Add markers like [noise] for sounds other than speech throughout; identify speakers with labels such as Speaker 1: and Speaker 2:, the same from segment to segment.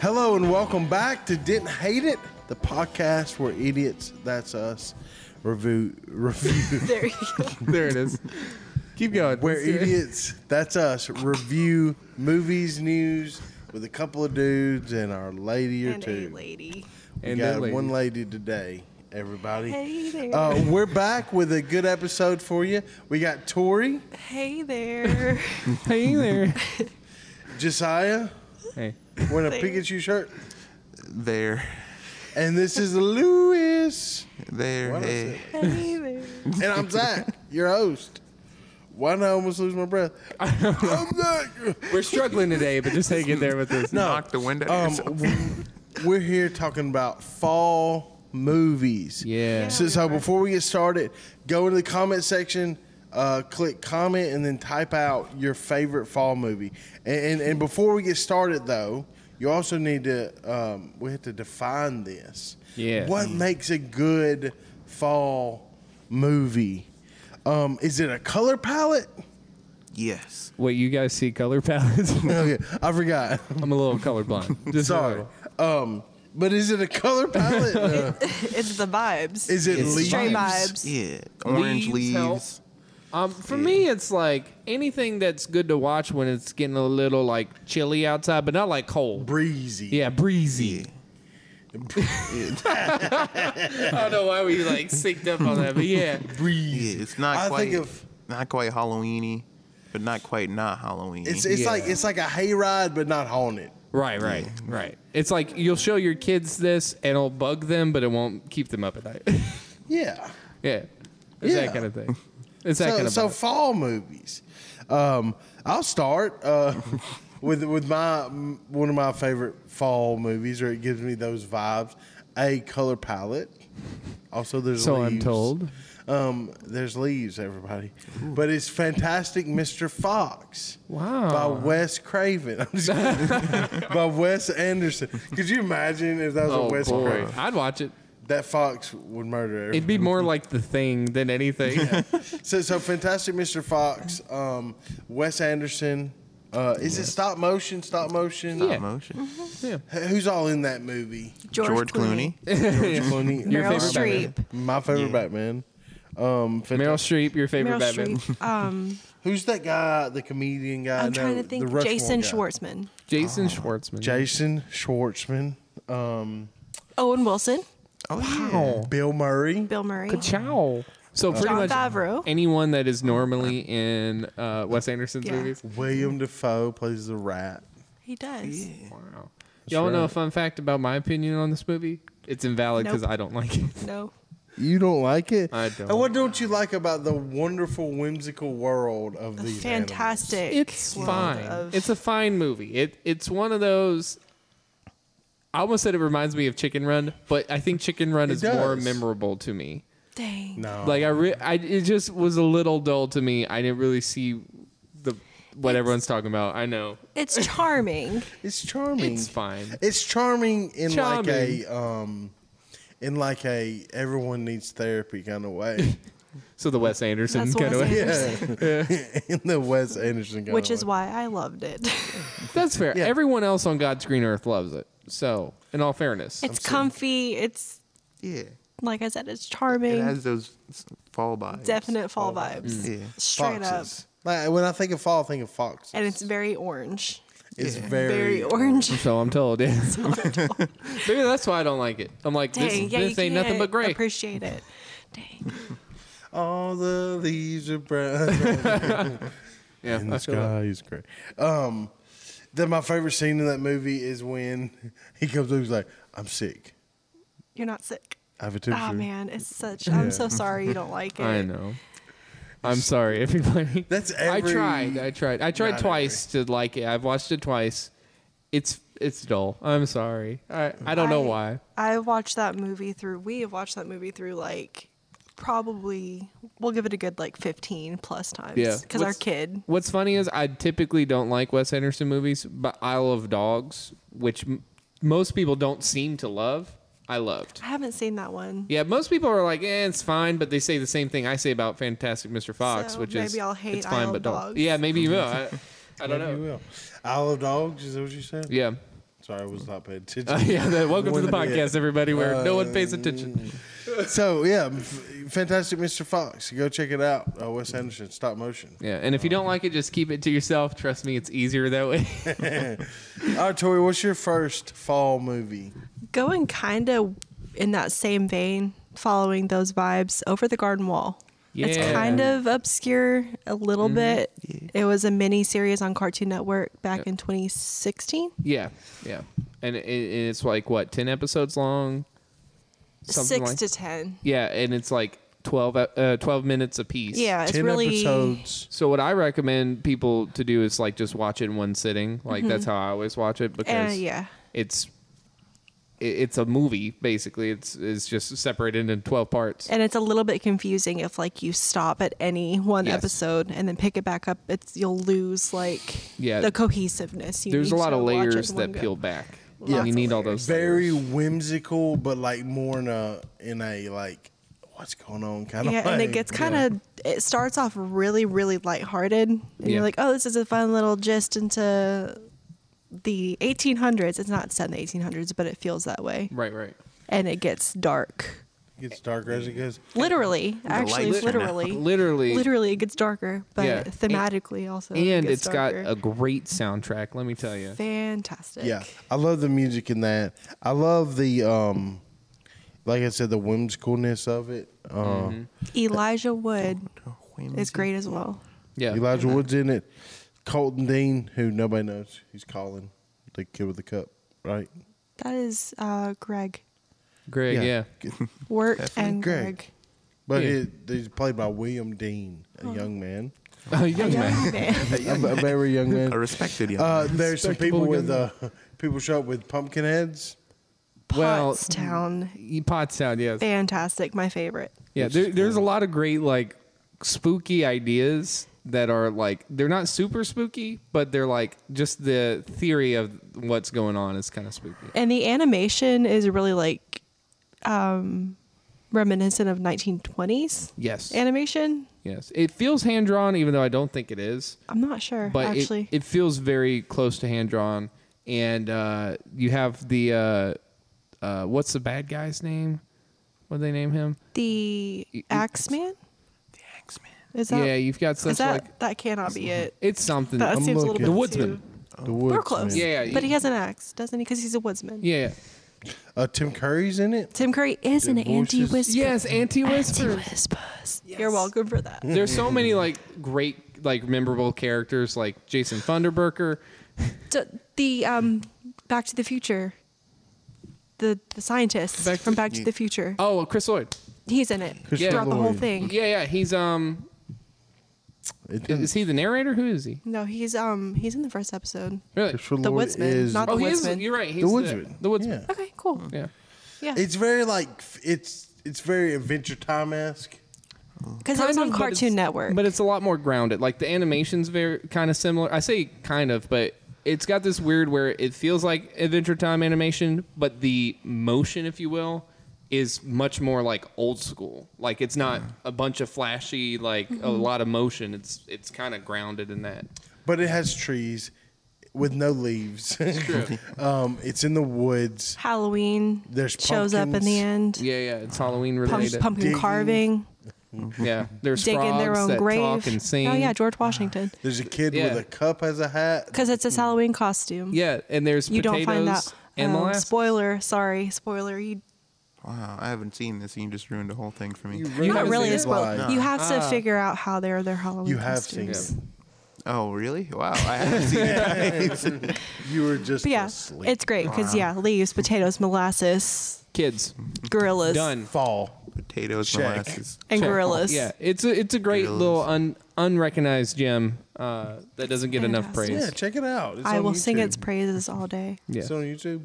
Speaker 1: Hello and welcome back to Didn't Hate It, the podcast where idiots, that's us, review,
Speaker 2: [laughs]
Speaker 1: review,
Speaker 3: There you
Speaker 1: [laughs]
Speaker 3: go.
Speaker 2: There it is. Keep going.
Speaker 1: where
Speaker 2: Let's do it.
Speaker 1: idiots, that's us, review movies, news with a couple of dudes and our lady or
Speaker 3: And a
Speaker 1: two.
Speaker 3: lady.
Speaker 1: We
Speaker 2: And
Speaker 1: got
Speaker 2: that lady.
Speaker 1: one lady today, everybody.
Speaker 3: Hey there.
Speaker 1: Uh, we're back with a good episode for you. We got Tori,
Speaker 3: hey [laughs] there.
Speaker 2: Hey there.
Speaker 1: Josiah,
Speaker 2: hey.
Speaker 1: wearing a
Speaker 3: There.
Speaker 1: Pikachu shirt,
Speaker 4: There,
Speaker 1: and this is Lewis.
Speaker 4: there,
Speaker 1: Why did I say
Speaker 4: hey.
Speaker 1: that?
Speaker 3: hey there.
Speaker 1: and I'm
Speaker 2: [laughs]
Speaker 1: Zach, your host. Why did I almost lose my breath? I'm Zach.
Speaker 2: [laughs] We're struggling today, but just take it there with us.
Speaker 4: Knock the window.
Speaker 1: Um, w- we're here talking about fall movies.
Speaker 2: Yeah.
Speaker 1: So, so before we get started, go into the comment section, uh, click comment, and then type out your favorite fall movie. And and, and before we get started, though, you also need to um, we have to define this.
Speaker 2: Yeah. Mm-hmm.
Speaker 1: What makes a good fall movie? Um, is it a color palette?
Speaker 4: yes.
Speaker 2: Wait, you guys see color [laughs] palettes?
Speaker 1: okay, I forgot. [laughs]
Speaker 2: I'm a little [laughs] colorblind. Just a
Speaker 1: Sorry.
Speaker 2: little.
Speaker 1: Um, but is it a color palette? Uh,
Speaker 3: It's the vibes.
Speaker 1: is it
Speaker 2: It's
Speaker 1: leaves?
Speaker 3: Straight vibes.
Speaker 4: Yeah. Orange
Speaker 2: Leaves
Speaker 4: leaves.
Speaker 2: help. Um, for me, it's like anything that's good to watch when it's getting a little like chilly outside, but not like cold.
Speaker 1: [laughs] Breezy.
Speaker 2: Yeah, breezy.
Speaker 4: Yeah.
Speaker 2: [laughs] I don't know why we like synced up on that, but yeah.
Speaker 1: Breezy.
Speaker 4: Yeah, it's not
Speaker 1: I
Speaker 4: quite
Speaker 1: think of
Speaker 4: not quite Halloweeny, but not quite not Halloween.
Speaker 1: it's it's
Speaker 2: Yeah.
Speaker 1: like it's like a hayride but not haunted.
Speaker 2: Right, right, right. It's like you'll show your kids this and it'll bug them, but it won't keep them up at night.
Speaker 1: Yeah.
Speaker 2: yeah. It's
Speaker 1: Yeah.
Speaker 2: that kind of thing. It's that
Speaker 1: So
Speaker 2: kind of
Speaker 1: so
Speaker 2: vibe.
Speaker 1: fall movies. Um, I'll start uh, [laughs] with with my m- one of my favorite fall movies, or it gives me those vibes. A color palette. Also, there's
Speaker 2: So I'm
Speaker 1: leaves.
Speaker 2: told.
Speaker 1: Um, there's leaves, everybody, but it's Fantastic Mr. Fox. by
Speaker 2: Wow.
Speaker 1: Wes Craven. [laughs] I'm just kidding. by Wes Anderson. Could you imagine if that was
Speaker 2: Oh,
Speaker 1: a Wes
Speaker 2: boy.
Speaker 1: Craven?
Speaker 2: I'd watch it.
Speaker 1: That Fox would murder
Speaker 2: It'd
Speaker 1: everyone.
Speaker 2: be more like the thing than anything. [laughs]
Speaker 1: So, so Fantastic Mr. Fox, um, Wes Anderson. Uh, is it stop motion? Stop motion?
Speaker 2: Yeah.
Speaker 4: motion.
Speaker 1: H- Who's all in that movie?
Speaker 3: George, Clooney.
Speaker 1: George Clooney.
Speaker 2: Your
Speaker 3: Meryl
Speaker 2: favorite
Speaker 3: Streep.
Speaker 1: My favorite Batman. Um, fanta-
Speaker 2: Meryl Streep, your favorite
Speaker 3: Meryl
Speaker 2: Batman.
Speaker 4: [laughs]
Speaker 3: Streep. Um,
Speaker 1: Who's that guy? The comedian guy?
Speaker 3: I'm
Speaker 1: No,
Speaker 3: trying to
Speaker 1: the
Speaker 3: think.
Speaker 1: Rushmore
Speaker 3: Jason
Speaker 1: guy.
Speaker 3: Schwartzman.
Speaker 2: Jason
Speaker 1: Oh.
Speaker 2: Schwartzman.
Speaker 1: Jason Schwartzman. Um,
Speaker 3: Owen Wilson.
Speaker 4: Oh
Speaker 2: Wow.
Speaker 1: Bill Murray.
Speaker 3: Bill Murray.
Speaker 2: Ka-chow. So pretty
Speaker 3: John
Speaker 2: much
Speaker 3: Favreau.
Speaker 2: anyone that is normally in uh, Wes Anderson's
Speaker 3: Yeah.
Speaker 2: movies.
Speaker 1: William Defoe plays the rat.
Speaker 3: He does.
Speaker 4: yeah. yeah.
Speaker 2: Wow. Y'all wanna know a
Speaker 1: right.
Speaker 2: fun fact about my opinion on this movie? It's invalid because
Speaker 3: Nope.
Speaker 2: I don't like it.
Speaker 3: No.
Speaker 1: You don't like it?
Speaker 2: I don't.
Speaker 1: And what don't you like about the wonderful, whimsical world of
Speaker 3: The
Speaker 1: these
Speaker 3: fantastic.
Speaker 2: It's
Speaker 3: world
Speaker 2: fine.
Speaker 3: of-
Speaker 2: It's a fine movie. It it's one of those. I almost said it reminds me of Chicken Run, but I think Chicken Run
Speaker 1: It
Speaker 2: is more
Speaker 1: does. Oh.
Speaker 2: memorable to me.
Speaker 1: animals?
Speaker 3: dang.
Speaker 1: No.
Speaker 2: Like I, re- I, it just was a little dull to me. I didn't really see the what everyone's talking about. I know
Speaker 3: It's
Speaker 1: [laughs]
Speaker 3: charming.
Speaker 1: it's charming.
Speaker 2: it's fine.
Speaker 1: It's charming in like
Speaker 2: Charming.
Speaker 1: a um in like a everyone needs therapy kind of
Speaker 2: [laughs]
Speaker 1: way. [laughs]
Speaker 2: So the Wes Anderson
Speaker 3: That's
Speaker 2: kind
Speaker 3: Wes
Speaker 2: of.
Speaker 3: Anderson.
Speaker 1: yeah. in the Wes Anderson kind
Speaker 3: Which
Speaker 1: of
Speaker 3: is why I loved it. [laughs]
Speaker 2: That's fair.
Speaker 1: Yeah.
Speaker 2: Everyone else on God's green earth loves it. So, in all fairness,
Speaker 3: it's comfy. It's like I said, it's charming.
Speaker 4: It has those s- fall vibes.
Speaker 3: Definite fall vibes.
Speaker 4: Yeah.
Speaker 3: Straight up.
Speaker 1: foxes. Like when I think of fall, I think of foxes.
Speaker 3: And it's very orange.
Speaker 1: it's
Speaker 4: yeah.
Speaker 1: very,
Speaker 3: Very orange. [laughs]
Speaker 2: so I'm told. [laughs] Yeah. Maybe that's why I don't like it. I'm like this,
Speaker 3: Dang, yeah,
Speaker 2: this
Speaker 3: you
Speaker 2: ain't nothing
Speaker 3: can't
Speaker 2: but gray.
Speaker 3: Appreciate it. Dang.
Speaker 1: All the leaves are
Speaker 3: [laughs]
Speaker 1: brown.
Speaker 2: Yeah,
Speaker 1: And
Speaker 2: I
Speaker 1: the
Speaker 2: feel that.
Speaker 1: sky is great. Um, then my favorite scene in that movie is when [laughs] he comes up. He's like, "I'm sick.
Speaker 3: You're not sick.
Speaker 1: I have a temperature."
Speaker 3: Oh man, it's such. I'm so sorry you don't like it.
Speaker 2: I know. I'm sorry, [laughs] everybody.
Speaker 1: That's
Speaker 2: I
Speaker 1: every-
Speaker 2: tried. I tried. I tried
Speaker 1: Not
Speaker 2: twice to like it. I've watched it twice. It's it's dull. I'm sorry. I I don't know
Speaker 3: I-
Speaker 2: why.
Speaker 3: I watched that movie through. We have watched that movie through like probably we'll give it a good like 15 plus times.
Speaker 2: Yeah.
Speaker 3: Because our
Speaker 2: What's-
Speaker 3: kid.
Speaker 2: What's funny is I typically don't like Wes Anderson movies, but I love Dogs, which m- most people don't seem to love. I loved.
Speaker 3: I haven't seen that one.
Speaker 2: Yeah, most people are like, eh, it's fine, but they say the same thing I say about Fantastic Mr. Fox,
Speaker 3: So
Speaker 2: which is
Speaker 3: maybe I'll hate
Speaker 2: it's fine,
Speaker 3: Isle
Speaker 2: but
Speaker 3: of
Speaker 2: dull.
Speaker 3: Dogs. [laughs]
Speaker 2: Yeah, maybe you will. I, I don't
Speaker 1: Maybe
Speaker 2: know.
Speaker 1: you will. Isle of Dogs. Is that what you said?
Speaker 2: Yeah.
Speaker 1: Sorry, I was not
Speaker 2: [laughs]
Speaker 1: paying
Speaker 2: Uh,
Speaker 1: attention.
Speaker 2: yeah, that, welcome to the
Speaker 1: Wouldn't it?
Speaker 2: podcast, everybody, where no one pays attention.
Speaker 1: Um, [laughs] so yeah, F- fantastic Mr. Fox. Go check it out. Uh, Wes Anderson, stop motion.
Speaker 2: Yeah, and if you don't like it, just keep it to yourself. Trust me, it's easier that way. [laughs]
Speaker 1: All right, Tori, what's your first fall movie?
Speaker 3: Going kind of in that same vein, following those vibes, Over the Garden Wall. It's
Speaker 2: Yeah. Mm-hmm.
Speaker 3: kind of obscure a little bit. It was a mini series on Cartoon Network back in 2016.
Speaker 2: yeah, yeah, and it, and it's like what ten episodes long. Something
Speaker 3: Six
Speaker 2: like-
Speaker 3: to 10.
Speaker 2: Yeah, and it's like 12, uh, 12 minutes a piece.
Speaker 3: Yeah, it's
Speaker 1: Ten
Speaker 3: really.
Speaker 1: episodes.
Speaker 2: So what I recommend people to do is like just watch it in one sitting. Like that's how I always watch it
Speaker 3: Mm-hmm. Uh,
Speaker 2: because
Speaker 3: yeah.
Speaker 2: it's it- it's a movie basically. It's it's just separated into twelve parts.
Speaker 3: And it's a little bit confusing if like you stop at any one
Speaker 2: Yes.
Speaker 3: episode and then pick it back up. It's you'll lose like
Speaker 2: Yeah.
Speaker 3: the cohesiveness. You
Speaker 2: There's
Speaker 3: need
Speaker 2: a lot
Speaker 3: to
Speaker 2: of
Speaker 3: watch it in
Speaker 2: layers
Speaker 3: one
Speaker 2: that
Speaker 3: go.
Speaker 2: peel back.
Speaker 3: Lots
Speaker 2: you
Speaker 3: of
Speaker 2: need all those.
Speaker 1: very
Speaker 2: layers.
Speaker 1: whimsical, but like more in a in a like what's going on kind of.
Speaker 3: Yeah, and it gets kind of it starts off really really lighthearted, and
Speaker 2: Yeah.
Speaker 3: you're like, oh, this is a fun little gist into the 1800s. It's not set in the 1800s, but it feels that way,
Speaker 2: right, right.
Speaker 3: and it gets dark.
Speaker 1: gets darker as it goes.
Speaker 3: Literally, actually,
Speaker 4: lights are now-
Speaker 3: literally,
Speaker 2: Literally,
Speaker 3: literally, it gets darker, but
Speaker 2: Yeah.
Speaker 3: thematically also,
Speaker 2: and
Speaker 3: it has
Speaker 2: it's got a great soundtrack. Let me tell you.
Speaker 3: fantastic.
Speaker 1: Yeah, I love the music in that. I love the um, like I said, the whimsicalness of it. Uh,
Speaker 3: Elijah Wood
Speaker 4: Whimsy.
Speaker 3: is great as well.
Speaker 2: Yeah,
Speaker 1: Elijah Woods in it. Colton Dean, who nobody knows, he's calling the kid with the cup, right?
Speaker 3: That is uh, Greg.
Speaker 2: Greg.
Speaker 1: Yeah.
Speaker 2: Yeah.
Speaker 1: [laughs]
Speaker 3: Wirt
Speaker 4: Definitely
Speaker 3: and
Speaker 1: Greg.
Speaker 3: Greg.
Speaker 1: But
Speaker 2: Yeah.
Speaker 1: it, he's played by William Dean, a young man,
Speaker 2: Oh, young man.
Speaker 3: Young man.
Speaker 1: a, [laughs] a very young man.
Speaker 4: A respected young
Speaker 1: Uh, there's some people
Speaker 2: Respectable
Speaker 1: with uh,
Speaker 2: young-
Speaker 1: people show up with pumpkin heads.
Speaker 2: [laughs] Well,
Speaker 3: Pottstown.
Speaker 2: Pottstown. Yes.
Speaker 3: Fantastic. My favorite.
Speaker 2: Yeah, there, there's a lot of great like spooky ideas that are like they're not super spooky, but they're like just the theory of what's going on is kind of spooky.
Speaker 3: And the animation is really like um, reminiscent of 1920s
Speaker 2: Yes,
Speaker 3: animation.
Speaker 2: yes, it feels hand drawn, even though I don't think it is.
Speaker 3: I'm not sure,
Speaker 2: But it,
Speaker 3: actually.
Speaker 2: it feels very close to hand drawn, and uh, you have the uh, uh, what's the bad guy's name? What do they name him?
Speaker 3: the Axeman?
Speaker 4: The Axeman.
Speaker 3: Is that,
Speaker 2: yeah, you've got such
Speaker 3: is that,
Speaker 2: like
Speaker 3: that cannot be it.
Speaker 2: it's something.
Speaker 3: That
Speaker 1: I'm
Speaker 3: seems a little
Speaker 1: looking.
Speaker 3: bit
Speaker 1: The
Speaker 2: Woodsman.
Speaker 3: too-
Speaker 1: The
Speaker 3: We're
Speaker 1: Woodsman.
Speaker 3: close.
Speaker 2: Yeah, yeah,
Speaker 3: But he
Speaker 2: yeah.
Speaker 3: has an axe, doesn't he? Because he's a woodsman.
Speaker 2: yeah, yeah.
Speaker 1: Uh, Tim Curry's in it.
Speaker 3: Tim Curry is an anti
Speaker 1: voices-
Speaker 3: whisper.
Speaker 2: yes, anti whisper.
Speaker 3: Whispers. You're welcome for that.
Speaker 2: There's so many like great like memorable characters like Jason Thunderberger.
Speaker 3: D- the um, Back to the Future, the the scientist
Speaker 2: Back to-
Speaker 3: from Back to the Future,
Speaker 2: Oh, Chris Lloyd.
Speaker 3: he's in it
Speaker 1: Chris
Speaker 3: throughout the whole
Speaker 1: Lloyd.
Speaker 3: thing.
Speaker 2: Yeah, yeah, he's um
Speaker 1: It
Speaker 2: i-
Speaker 1: doesn't-
Speaker 2: is he the narrator? Who is he?
Speaker 3: No, he's um he's in the first episode.
Speaker 2: Really?
Speaker 1: Christopher
Speaker 3: The
Speaker 1: Lloyd
Speaker 3: Woodsman,
Speaker 1: is
Speaker 3: not
Speaker 2: Oh, he is.
Speaker 3: Woodsman.
Speaker 2: You're right. He's
Speaker 1: the Woodsman.
Speaker 2: The, Woodsman.
Speaker 1: Yeah.
Speaker 3: Okay, cool.
Speaker 2: Yeah.
Speaker 3: Yeah,
Speaker 1: It's very like f- it's it's very Adventure Time esque.
Speaker 3: because it was
Speaker 2: Kind
Speaker 3: on
Speaker 2: of, but it's-
Speaker 3: Cartoon Network.
Speaker 2: But it's a lot more grounded. Like the animation's very kind of similar. I say kind of, but it's got this weird where it feels like Adventure Time animation, but the motion, if you will, is much more like old school. Like it's not a bunch of flashy, like a
Speaker 3: Mm-hmm.
Speaker 2: lot of motion. It's it's kind of grounded in that.
Speaker 1: But it has trees with no leaves. [laughs] um, it's in the woods.
Speaker 3: Halloween
Speaker 1: There's
Speaker 3: shows up in
Speaker 1: pumpkins.
Speaker 3: the end.
Speaker 2: Yeah, yeah, it's Halloween
Speaker 3: Pump-
Speaker 2: related.
Speaker 3: pumpkin
Speaker 1: Digging.
Speaker 3: carving,
Speaker 2: Yeah, there's
Speaker 3: digging
Speaker 2: frogs
Speaker 3: their own
Speaker 2: that
Speaker 3: grave.
Speaker 2: talk and sing.
Speaker 3: Oh yeah, George Washington,
Speaker 1: There's a kid
Speaker 2: Yeah.
Speaker 1: with a cup as a hat.
Speaker 3: because it's his Halloween costume.
Speaker 2: yeah, and there's
Speaker 3: you
Speaker 2: potatoes
Speaker 3: don't find that.
Speaker 2: and
Speaker 3: um,
Speaker 2: molasses.
Speaker 3: spoiler, sorry, spoiler. You
Speaker 4: Wow, I haven't seen this, and you just ruined the whole thing for me.
Speaker 2: You
Speaker 3: You're
Speaker 2: You
Speaker 3: not
Speaker 2: haven't
Speaker 3: really
Speaker 2: seen
Speaker 3: a
Speaker 2: it?
Speaker 3: spoiler.
Speaker 1: Why?
Speaker 3: You have to
Speaker 2: Ah.
Speaker 3: figure out how they're their Halloween
Speaker 1: You have seen
Speaker 3: costumes.
Speaker 1: it.
Speaker 4: oh, really? Wow, I
Speaker 1: [laughs]
Speaker 4: haven't seen it.
Speaker 1: You were just
Speaker 3: But yeah,
Speaker 1: asleep.
Speaker 3: it's great because yeah, leaves, potatoes, molasses,
Speaker 2: Kids
Speaker 3: gorillas,
Speaker 2: done.
Speaker 1: fall.
Speaker 4: Potatoes,
Speaker 1: Check.
Speaker 4: molasses.
Speaker 3: and
Speaker 2: Check.
Speaker 3: gorillas.
Speaker 2: Yeah, it's a it's a great
Speaker 4: Gorillas.
Speaker 2: little un, unrecognized gem uh, that doesn't get enough
Speaker 3: Fantastic.
Speaker 2: praise.
Speaker 1: Yeah, check it out. It's
Speaker 3: I
Speaker 1: on
Speaker 3: will sing
Speaker 1: YouTube.
Speaker 3: its praises all day.
Speaker 2: Yeah,
Speaker 1: It's on YouTube.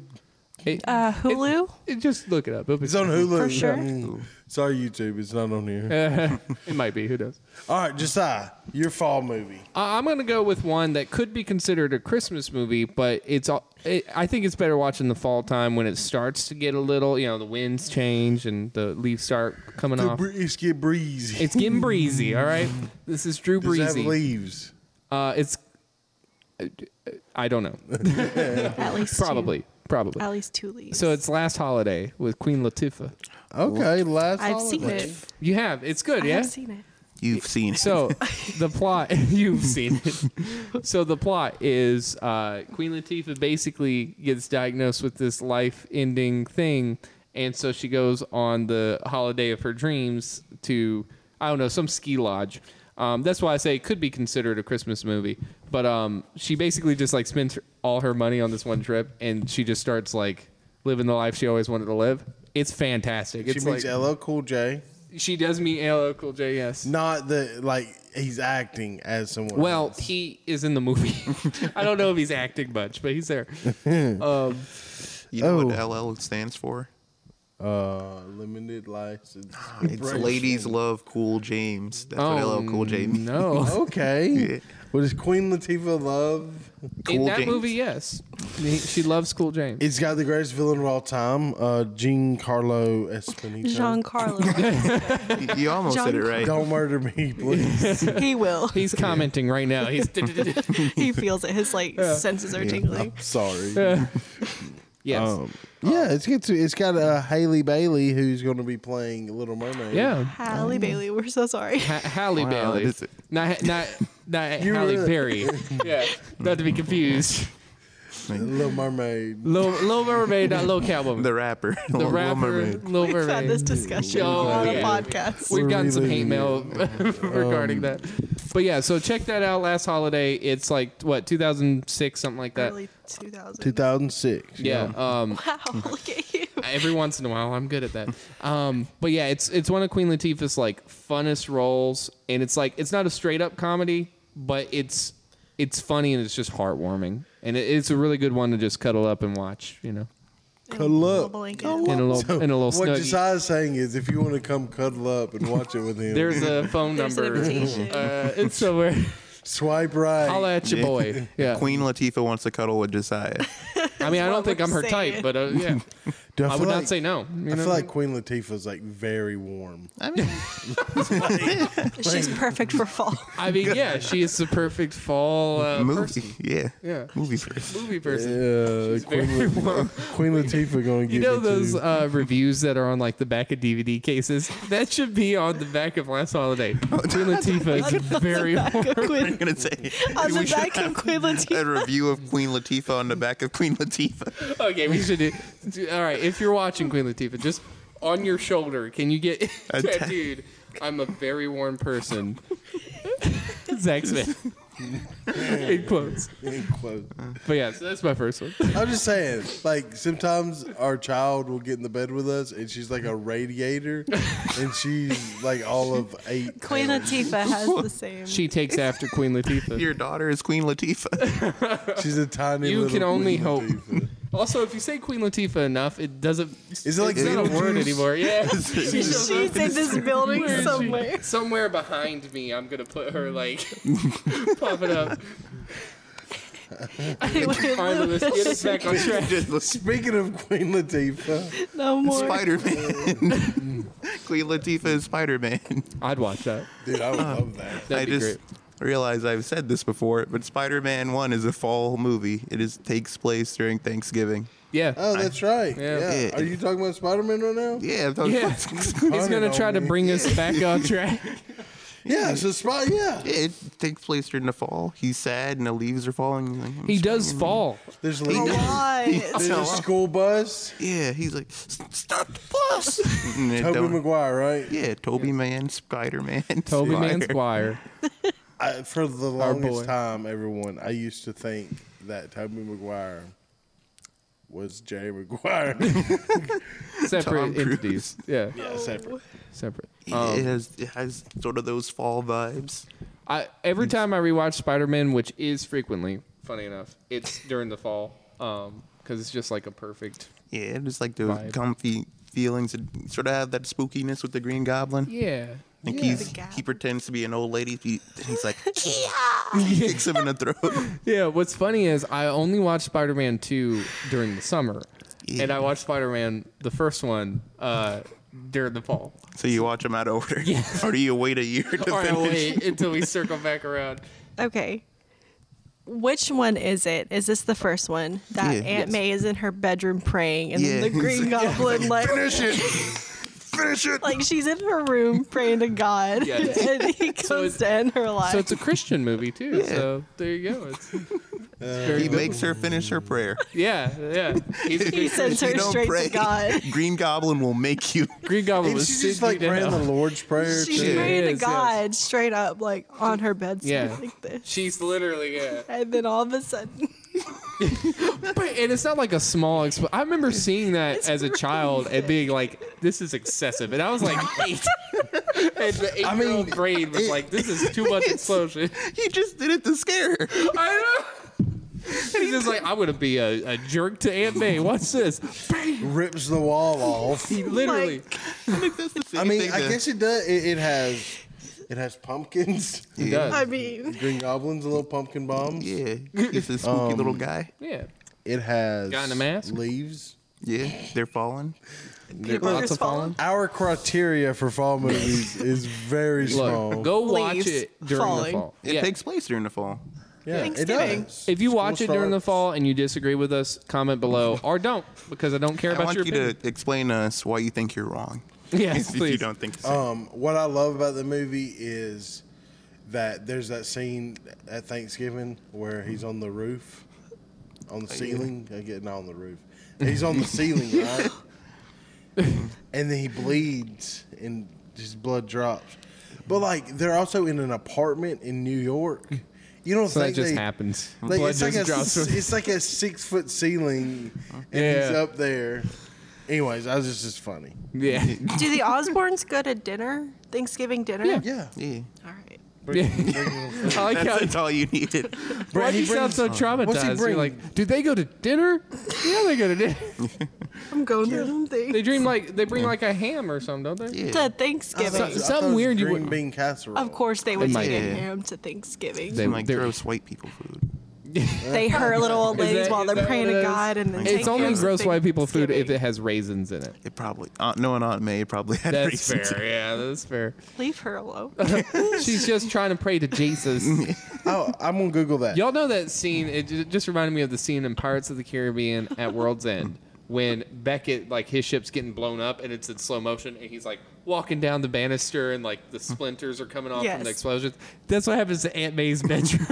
Speaker 2: It-
Speaker 3: Uh, Hulu,
Speaker 2: it- just look it up. It'll be-
Speaker 1: It's on Hulu.
Speaker 3: For sure.
Speaker 1: Mm. Sorry, YouTube. It's not on here.
Speaker 2: [laughs] it might be. Who knows?
Speaker 1: All right, Josiah, your fall movie.
Speaker 2: I I'm gonna go with one that could be considered a Christmas movie, but it's all. It, I think it's better watching the fall time when it starts to get a little. You know, the winds change and the leaves start coming
Speaker 1: The
Speaker 2: off.
Speaker 1: Brisket breezy.
Speaker 2: It's getting breezy, all right? This is Drew
Speaker 1: Does it have
Speaker 2: Breezy.
Speaker 1: leaves?
Speaker 2: Uh, it's. I don't know.
Speaker 1: [laughs]
Speaker 3: at least. two.
Speaker 2: Probably. probably.
Speaker 3: At least two leaves.
Speaker 2: So it's Last Holiday with Queen Latifah.
Speaker 1: Okay, last
Speaker 3: I've seen
Speaker 1: holiday.
Speaker 3: it.
Speaker 2: You have. It's good,
Speaker 3: I
Speaker 2: yeah?
Speaker 3: have seen it.
Speaker 4: You've seen it. [laughs]
Speaker 2: So the plot [laughs] you've seen it. So the plot is uh, Queen Latifah basically gets diagnosed with this life-ending thing, and so she goes on the holiday of her dreams to I don't know some ski lodge. Um, that's why I say it could be considered a Christmas movie. But um, she basically just like spends her- all her money on this one trip, and she just starts like living the life she always wanted to live. It's fantastic.
Speaker 1: She
Speaker 2: It's
Speaker 1: meets
Speaker 2: like
Speaker 1: LL Cool J.
Speaker 2: she does meet LL Cool J. Yes.
Speaker 1: Not the like he's acting as someone.
Speaker 2: Well, he is in the movie. [laughs] I don't know if he's acting much, but he's
Speaker 4: [laughs]
Speaker 2: there. Um,
Speaker 4: you know
Speaker 1: Oh.
Speaker 4: what LL stands for?
Speaker 1: uh, limited license.
Speaker 4: It's Ladies Love Cool James. That's what LL Cool J means.
Speaker 2: Oh, um, No, [laughs]
Speaker 1: Okay. What does Queen Latifah love?
Speaker 2: in
Speaker 4: Cool
Speaker 2: that
Speaker 4: James.
Speaker 2: movie, yes, He- she loves Cool James.
Speaker 1: It's got the greatest villain of all time, uh, Giancarlo Esposito.
Speaker 2: [laughs]
Speaker 3: Giancarlo.
Speaker 4: You, [laughs] you almost said it right.
Speaker 1: Don't murder me, please. [laughs]
Speaker 3: he will.
Speaker 2: he's commenting right now.
Speaker 4: [laughs]
Speaker 2: He's [laughs]
Speaker 3: He feels it. His like senses are tingling.
Speaker 1: Sorry.
Speaker 2: yes,
Speaker 4: Oh,
Speaker 1: Um,
Speaker 2: Oh.
Speaker 1: yeah, it's good to. It's got uh, Haley Bailey who's going to be playing Little Mermaid.
Speaker 2: yeah.
Speaker 3: Hallie Bailey, we're so sorry.
Speaker 2: Ha- Halle Bailey,
Speaker 4: it is-
Speaker 2: not not
Speaker 4: [laughs]
Speaker 2: not
Speaker 1: You
Speaker 2: Halle
Speaker 1: really-
Speaker 2: Berry. yeah, not to be confused.
Speaker 1: Little Mermaid.
Speaker 2: Low Low Mermaid, not Low Cowboy.
Speaker 4: The rapper. [laughs]
Speaker 2: The
Speaker 4: Little
Speaker 2: rapper,
Speaker 4: Mermaid.
Speaker 2: Low
Speaker 3: [laughs] We've had this
Speaker 2: Mermaid.
Speaker 3: discussion
Speaker 2: Oh,
Speaker 3: on
Speaker 2: yeah.
Speaker 3: a podcast.
Speaker 2: We've
Speaker 1: We're
Speaker 2: gotten some hate
Speaker 1: reliving
Speaker 2: mail [laughs] regarding that. But yeah, so check that out last holiday. It's like what, 2006 something like that.
Speaker 3: Early 2000.
Speaker 1: 2006.
Speaker 2: yeah. Um
Speaker 3: Wow, [laughs] look at you.
Speaker 2: every once in a while I'm good at that. Um but yeah, it's it's one of Queen Latifah's like funnest roles and it's like it's not a straight up comedy, but it's it's funny and it's just heartwarming. And it, it's a really good one to just cuddle up and watch, you know.
Speaker 1: Cuddle up.
Speaker 3: Blanket.
Speaker 2: Oh. In a little in a little
Speaker 1: What
Speaker 2: snuggie.
Speaker 1: Josiah's saying is, if you want to come cuddle up and watch it with him,
Speaker 2: There's [laughs] a phone
Speaker 3: There's an
Speaker 2: number.
Speaker 3: invitation.
Speaker 2: [laughs] Uh, it's [laughs] somewhere.
Speaker 1: swipe right.
Speaker 2: Holla at your boy. Yeah.
Speaker 4: Queen Latifah wants to cuddle with Josiah.
Speaker 2: I mean, I don't
Speaker 3: what
Speaker 2: think
Speaker 3: we're
Speaker 2: I'm her
Speaker 3: saying.
Speaker 2: type, but uh, yeah,
Speaker 1: Do
Speaker 2: I
Speaker 1: feel
Speaker 2: would not
Speaker 1: like-
Speaker 2: say no. You
Speaker 1: I
Speaker 2: know?
Speaker 1: feel like Queen Latifah's like very warm.
Speaker 4: I mean,
Speaker 3: She's perfect for
Speaker 2: [laughs]
Speaker 3: fall.
Speaker 1: [laughs]
Speaker 2: I mean, yeah, she is the perfect fall uh,
Speaker 4: [laughs] movie.
Speaker 2: person.
Speaker 4: Yeah.
Speaker 2: Yeah.
Speaker 4: Movie [laughs] person.
Speaker 2: movie person.
Speaker 1: Yeah, Queen,
Speaker 2: very
Speaker 1: Latifah- Queen Latifah going to get
Speaker 2: You know
Speaker 1: me
Speaker 2: those
Speaker 1: too.
Speaker 2: uh, reviews that are on like the back of DVD cases? That should be on the back of Last Holiday. Queen
Speaker 1: [laughs]
Speaker 2: Latifah is very.
Speaker 4: I'm
Speaker 3: Quinn,
Speaker 4: gonna say
Speaker 3: on
Speaker 4: [laughs] we
Speaker 3: the
Speaker 4: should
Speaker 3: back
Speaker 4: have
Speaker 3: of Quinn
Speaker 4: a
Speaker 3: Latifah.
Speaker 4: review of Queen Latifah on the back of Queen Latifah.
Speaker 2: [laughs]
Speaker 4: [laughs]
Speaker 2: okay, we should do. do- All right, if you're watching Queen Latifah, just on your shoulder, can you get [laughs]
Speaker 4: A ta-
Speaker 2: tattooed? I'm a very
Speaker 1: [laughs]
Speaker 2: warm person. Zach Smith. [laughs] In quotes.
Speaker 1: In quotes.
Speaker 2: But yeah, so that's my first one.
Speaker 1: I'm just saying, like sometimes our child will get in the bed with us, and she's like a radiator, and she's like all of eight.
Speaker 3: Queen
Speaker 1: pounds.
Speaker 3: Latifah has
Speaker 2: [laughs]
Speaker 3: the same.
Speaker 2: She takes after Queen Latifah.
Speaker 4: Your daughter is Queen Latifah. [laughs]
Speaker 1: She's a tiny.
Speaker 2: You
Speaker 1: little
Speaker 2: can only
Speaker 1: Queen
Speaker 2: hope.
Speaker 1: Latifah.
Speaker 2: Also, if you say Queen Latifah enough, it doesn't.
Speaker 1: Is it like
Speaker 2: it's not a
Speaker 1: Beetlejuice?
Speaker 2: word anymore? Yeah. She shows
Speaker 3: She's
Speaker 2: up
Speaker 3: in this building
Speaker 2: Where is [laughs]
Speaker 3: [laughs]
Speaker 2: she?
Speaker 3: somewhere.
Speaker 2: somewhere behind me. I'm gonna put her like pop it up.
Speaker 3: Anyway,
Speaker 2: All right, Lewis, get us back on track.
Speaker 4: Just looks
Speaker 1: Speaking of Queen Latifah,
Speaker 3: no more.
Speaker 4: Spider Man. [laughs] Queen Latifah is Spider [laughs] Man.
Speaker 2: I'd watch that.
Speaker 1: dude,
Speaker 4: Uh,
Speaker 1: I would love that.
Speaker 2: That'd
Speaker 4: I
Speaker 2: be
Speaker 4: just realized I've said this before, but Spider Man One is a fall movie. It is takes place during Thanksgiving.
Speaker 2: Yeah.
Speaker 1: Oh, that's right.
Speaker 2: Yeah.
Speaker 1: Yeah.
Speaker 4: Yeah.
Speaker 1: Are you talking about Spider Man right now?
Speaker 4: Yeah, that was-
Speaker 2: yeah. He's gonna try to bring us back on track.
Speaker 1: Yeah, it's a Spider. Yeah.
Speaker 4: [laughs] Yeah, it takes place during the fall. He's sad and the leaves are falling. He's like, "I'm
Speaker 2: He
Speaker 4: sad."
Speaker 2: does fall.
Speaker 1: There's
Speaker 3: A
Speaker 1: like,
Speaker 3: lot.
Speaker 2: [laughs]
Speaker 1: there's a school bus.
Speaker 4: Yeah, he's like, "S- stop the
Speaker 2: [laughs]
Speaker 4: bus. And it
Speaker 1: Toby
Speaker 4: don't-
Speaker 1: Maguire, right?
Speaker 4: yeah, Toby Man, Spider Man, [laughs]
Speaker 2: Toby Man Squire.
Speaker 1: I, for the
Speaker 2: boy.
Speaker 1: longest time, everyone, I used to think that Toby Maguire was Jerry Maguire. [laughs]
Speaker 2: Separate
Speaker 4: Cruise.
Speaker 2: entities. Yeah.
Speaker 1: yeah, separate.
Speaker 2: Separate.
Speaker 4: it
Speaker 2: Um,
Speaker 4: has it has sort of those fall vibes.
Speaker 2: I every time I rewatch Spider Man, which is frequently, funny enough, it's during the fall, because it's just like a perfect.
Speaker 4: Yeah, just like those
Speaker 2: Vibe.
Speaker 4: comfy feelings and sort of have that spookiness with the Green Goblin.
Speaker 2: Yeah.
Speaker 4: Like
Speaker 3: The
Speaker 4: he's,
Speaker 3: gap.
Speaker 4: he pretends to be an old lady. He, he's like, he [laughs] kicks him in the throat. [laughs]
Speaker 2: Yeah. What's funny is I only watched Spider Man two during the summer, and I watched Spider Man the first one uh, during the fall.
Speaker 4: So you watch him out of order, [laughs] or do you wait a year
Speaker 2: [laughs]
Speaker 4: to
Speaker 2: All right,
Speaker 4: finish?
Speaker 2: wait until we circle back around.
Speaker 3: Okay. Which one is it? Is this the first one that
Speaker 4: Yeah.
Speaker 3: Aunt
Speaker 4: Yes.
Speaker 3: May is in her bedroom praying, and then
Speaker 4: [laughs] Yeah.
Speaker 3: the Green Goblin like
Speaker 4: Finish it. Finish it.
Speaker 3: like she's in her room praying to God,
Speaker 2: [laughs] Yes.
Speaker 3: [laughs] and he comes
Speaker 2: it's-
Speaker 3: to end her life.
Speaker 2: So it's a Christian movie too. So there you go. It's, it's very
Speaker 4: He
Speaker 2: good.
Speaker 4: makes her finish
Speaker 3: [laughs]
Speaker 4: her prayer.
Speaker 2: yeah, yeah. He's a
Speaker 3: he
Speaker 2: good
Speaker 3: sends
Speaker 4: If
Speaker 3: her
Speaker 4: you don't
Speaker 3: straight
Speaker 4: pray,
Speaker 3: to God.
Speaker 4: [laughs] Green Goblin will make you. [laughs]
Speaker 2: Green Goblin
Speaker 1: And
Speaker 2: was
Speaker 1: she just like
Speaker 2: sitting
Speaker 1: ran
Speaker 2: down.
Speaker 1: the Lord's prayer.
Speaker 3: She's
Speaker 1: too.
Speaker 2: Yeah.
Speaker 3: praying
Speaker 2: Yes,
Speaker 3: to God straight up, like on her bedside,
Speaker 2: Yeah.
Speaker 3: like this.
Speaker 2: She's literally yeah.
Speaker 3: And then all of a sudden,
Speaker 2: But and it's not like a small. Exp- I remember seeing that
Speaker 3: It's
Speaker 2: as a child and being like, "This is excessive," and I
Speaker 3: [laughs]
Speaker 2: was like eight. and the eight-year-old
Speaker 1: mean,
Speaker 2: brain was like, "This is
Speaker 3: [laughs]
Speaker 2: too much explosion."
Speaker 4: He just did it to scare her.
Speaker 2: I know. [laughs] He's just like, "I'm gonna be a, a jerk to Aunt May." What's this?
Speaker 1: Rips the wall
Speaker 2: [laughs]
Speaker 1: off.
Speaker 2: He literally.
Speaker 3: Like-
Speaker 1: I mean,
Speaker 4: Anything
Speaker 1: I
Speaker 4: to-
Speaker 1: guess it does. It, it has, it has pumpkins. [laughs]
Speaker 2: he
Speaker 4: Yeah.
Speaker 2: does.
Speaker 3: [laughs] I mean,
Speaker 1: Green goblins, little pumpkin bombs.
Speaker 4: [laughs] Yeah, he's a spooky
Speaker 1: Um,
Speaker 4: little guy.
Speaker 2: yeah.
Speaker 1: It has
Speaker 2: Guy in a mask?
Speaker 1: leaves.
Speaker 4: Yeah, they're falling.
Speaker 3: people are
Speaker 2: Lots of
Speaker 3: just falling.
Speaker 2: falling.
Speaker 1: Our criteria for fall
Speaker 2: [laughs]
Speaker 1: movies is very small.
Speaker 2: Look, go watch
Speaker 3: Leaves
Speaker 2: it during
Speaker 3: falling.
Speaker 2: the fall.
Speaker 4: It
Speaker 2: Yeah.
Speaker 4: takes place during the fall.
Speaker 1: yeah, it
Speaker 3: Thanksgiving.
Speaker 1: does.
Speaker 2: If you
Speaker 1: School
Speaker 2: watch it during the
Speaker 1: starts.
Speaker 2: fall and you disagree with us, comment
Speaker 4: [laughs]
Speaker 2: below or don't because I don't care
Speaker 4: I
Speaker 2: about
Speaker 4: want
Speaker 2: your
Speaker 4: you
Speaker 2: opinion.
Speaker 4: to explain to us why you think you're wrong.
Speaker 2: Yes,
Speaker 4: [laughs] if you
Speaker 2: please.
Speaker 4: don't think so.
Speaker 1: Um, what I love about the movie is that there's that scene at Thanksgiving where he's on the roof, on the ceiling. I get not on the roof. He's on the ceiling, right? and then he bleeds, and his blood drops. But like, they're also in an apartment in New York. You don't
Speaker 2: So that
Speaker 1: think
Speaker 2: just
Speaker 1: they,
Speaker 2: happens.
Speaker 1: Like,
Speaker 2: Blood
Speaker 1: it's,
Speaker 2: just
Speaker 1: like a,
Speaker 2: drops.
Speaker 1: s- it's like a six foot ceiling, and he's
Speaker 2: Yeah.
Speaker 1: up there. Anyways, I was just just funny. [laughs]
Speaker 2: yeah. [laughs]
Speaker 3: do the Osbournes go to dinner? Thanksgiving dinner?
Speaker 2: Yeah.
Speaker 1: Yeah.
Speaker 4: yeah,
Speaker 3: All right.
Speaker 2: I like
Speaker 4: that's,
Speaker 2: how
Speaker 4: that's all
Speaker 2: [laughs]
Speaker 4: you needed.
Speaker 2: Why
Speaker 1: Brett,
Speaker 2: do
Speaker 1: he
Speaker 2: you
Speaker 1: brings-
Speaker 2: sound so
Speaker 1: What's he
Speaker 2: traumatized? You're
Speaker 1: bring?
Speaker 2: like, do they go to dinner? [laughs] yeah, they go to dinner.
Speaker 3: I'm going to them
Speaker 2: They
Speaker 3: things.
Speaker 2: dream like they bring like a ham or something, don't they?
Speaker 4: Yeah.
Speaker 3: To Thanksgiving.
Speaker 1: I thought
Speaker 2: something
Speaker 1: it was
Speaker 2: weird you
Speaker 1: green
Speaker 2: wouldn't-
Speaker 1: bean casserole.
Speaker 3: Of course, they would
Speaker 2: They
Speaker 3: take
Speaker 4: might.
Speaker 3: a
Speaker 4: Yeah.
Speaker 3: ham to Thanksgiving.
Speaker 2: They-
Speaker 3: They,
Speaker 4: And, like
Speaker 2: they're-
Speaker 4: gross white people food.
Speaker 3: hurt little old
Speaker 2: Is
Speaker 3: ladies
Speaker 2: that-
Speaker 3: while
Speaker 2: is
Speaker 3: they're
Speaker 2: that
Speaker 3: praying
Speaker 2: what
Speaker 3: to
Speaker 2: it is?
Speaker 3: God, and then
Speaker 2: It's
Speaker 3: take
Speaker 2: only
Speaker 3: hams to
Speaker 2: gross white people food if
Speaker 3: Thanksgiving.
Speaker 2: it has raisins in it.
Speaker 4: It probably Aunt No and Aunt May probably had
Speaker 2: That's
Speaker 4: reasons.
Speaker 2: fair. Yeah,
Speaker 3: [laughs]
Speaker 2: that's fair.
Speaker 3: Leave her
Speaker 2: [laughs]
Speaker 3: alone.
Speaker 2: She's just trying to pray to
Speaker 3: [laughs]
Speaker 2: Jesus.
Speaker 1: Oh, I'm gonna Google that.
Speaker 2: Y'all know that scene? It ju- just reminded me of the scene in Pirates of the Caribbean at World's End when Beckett, like his ship's getting blown up and it's in slow motion, and he's like walking down the banister and like the splinters are coming off from
Speaker 3: Yes.
Speaker 2: the explosions. That's what happens to Aunt
Speaker 3: [laughs]
Speaker 2: May's bedroom.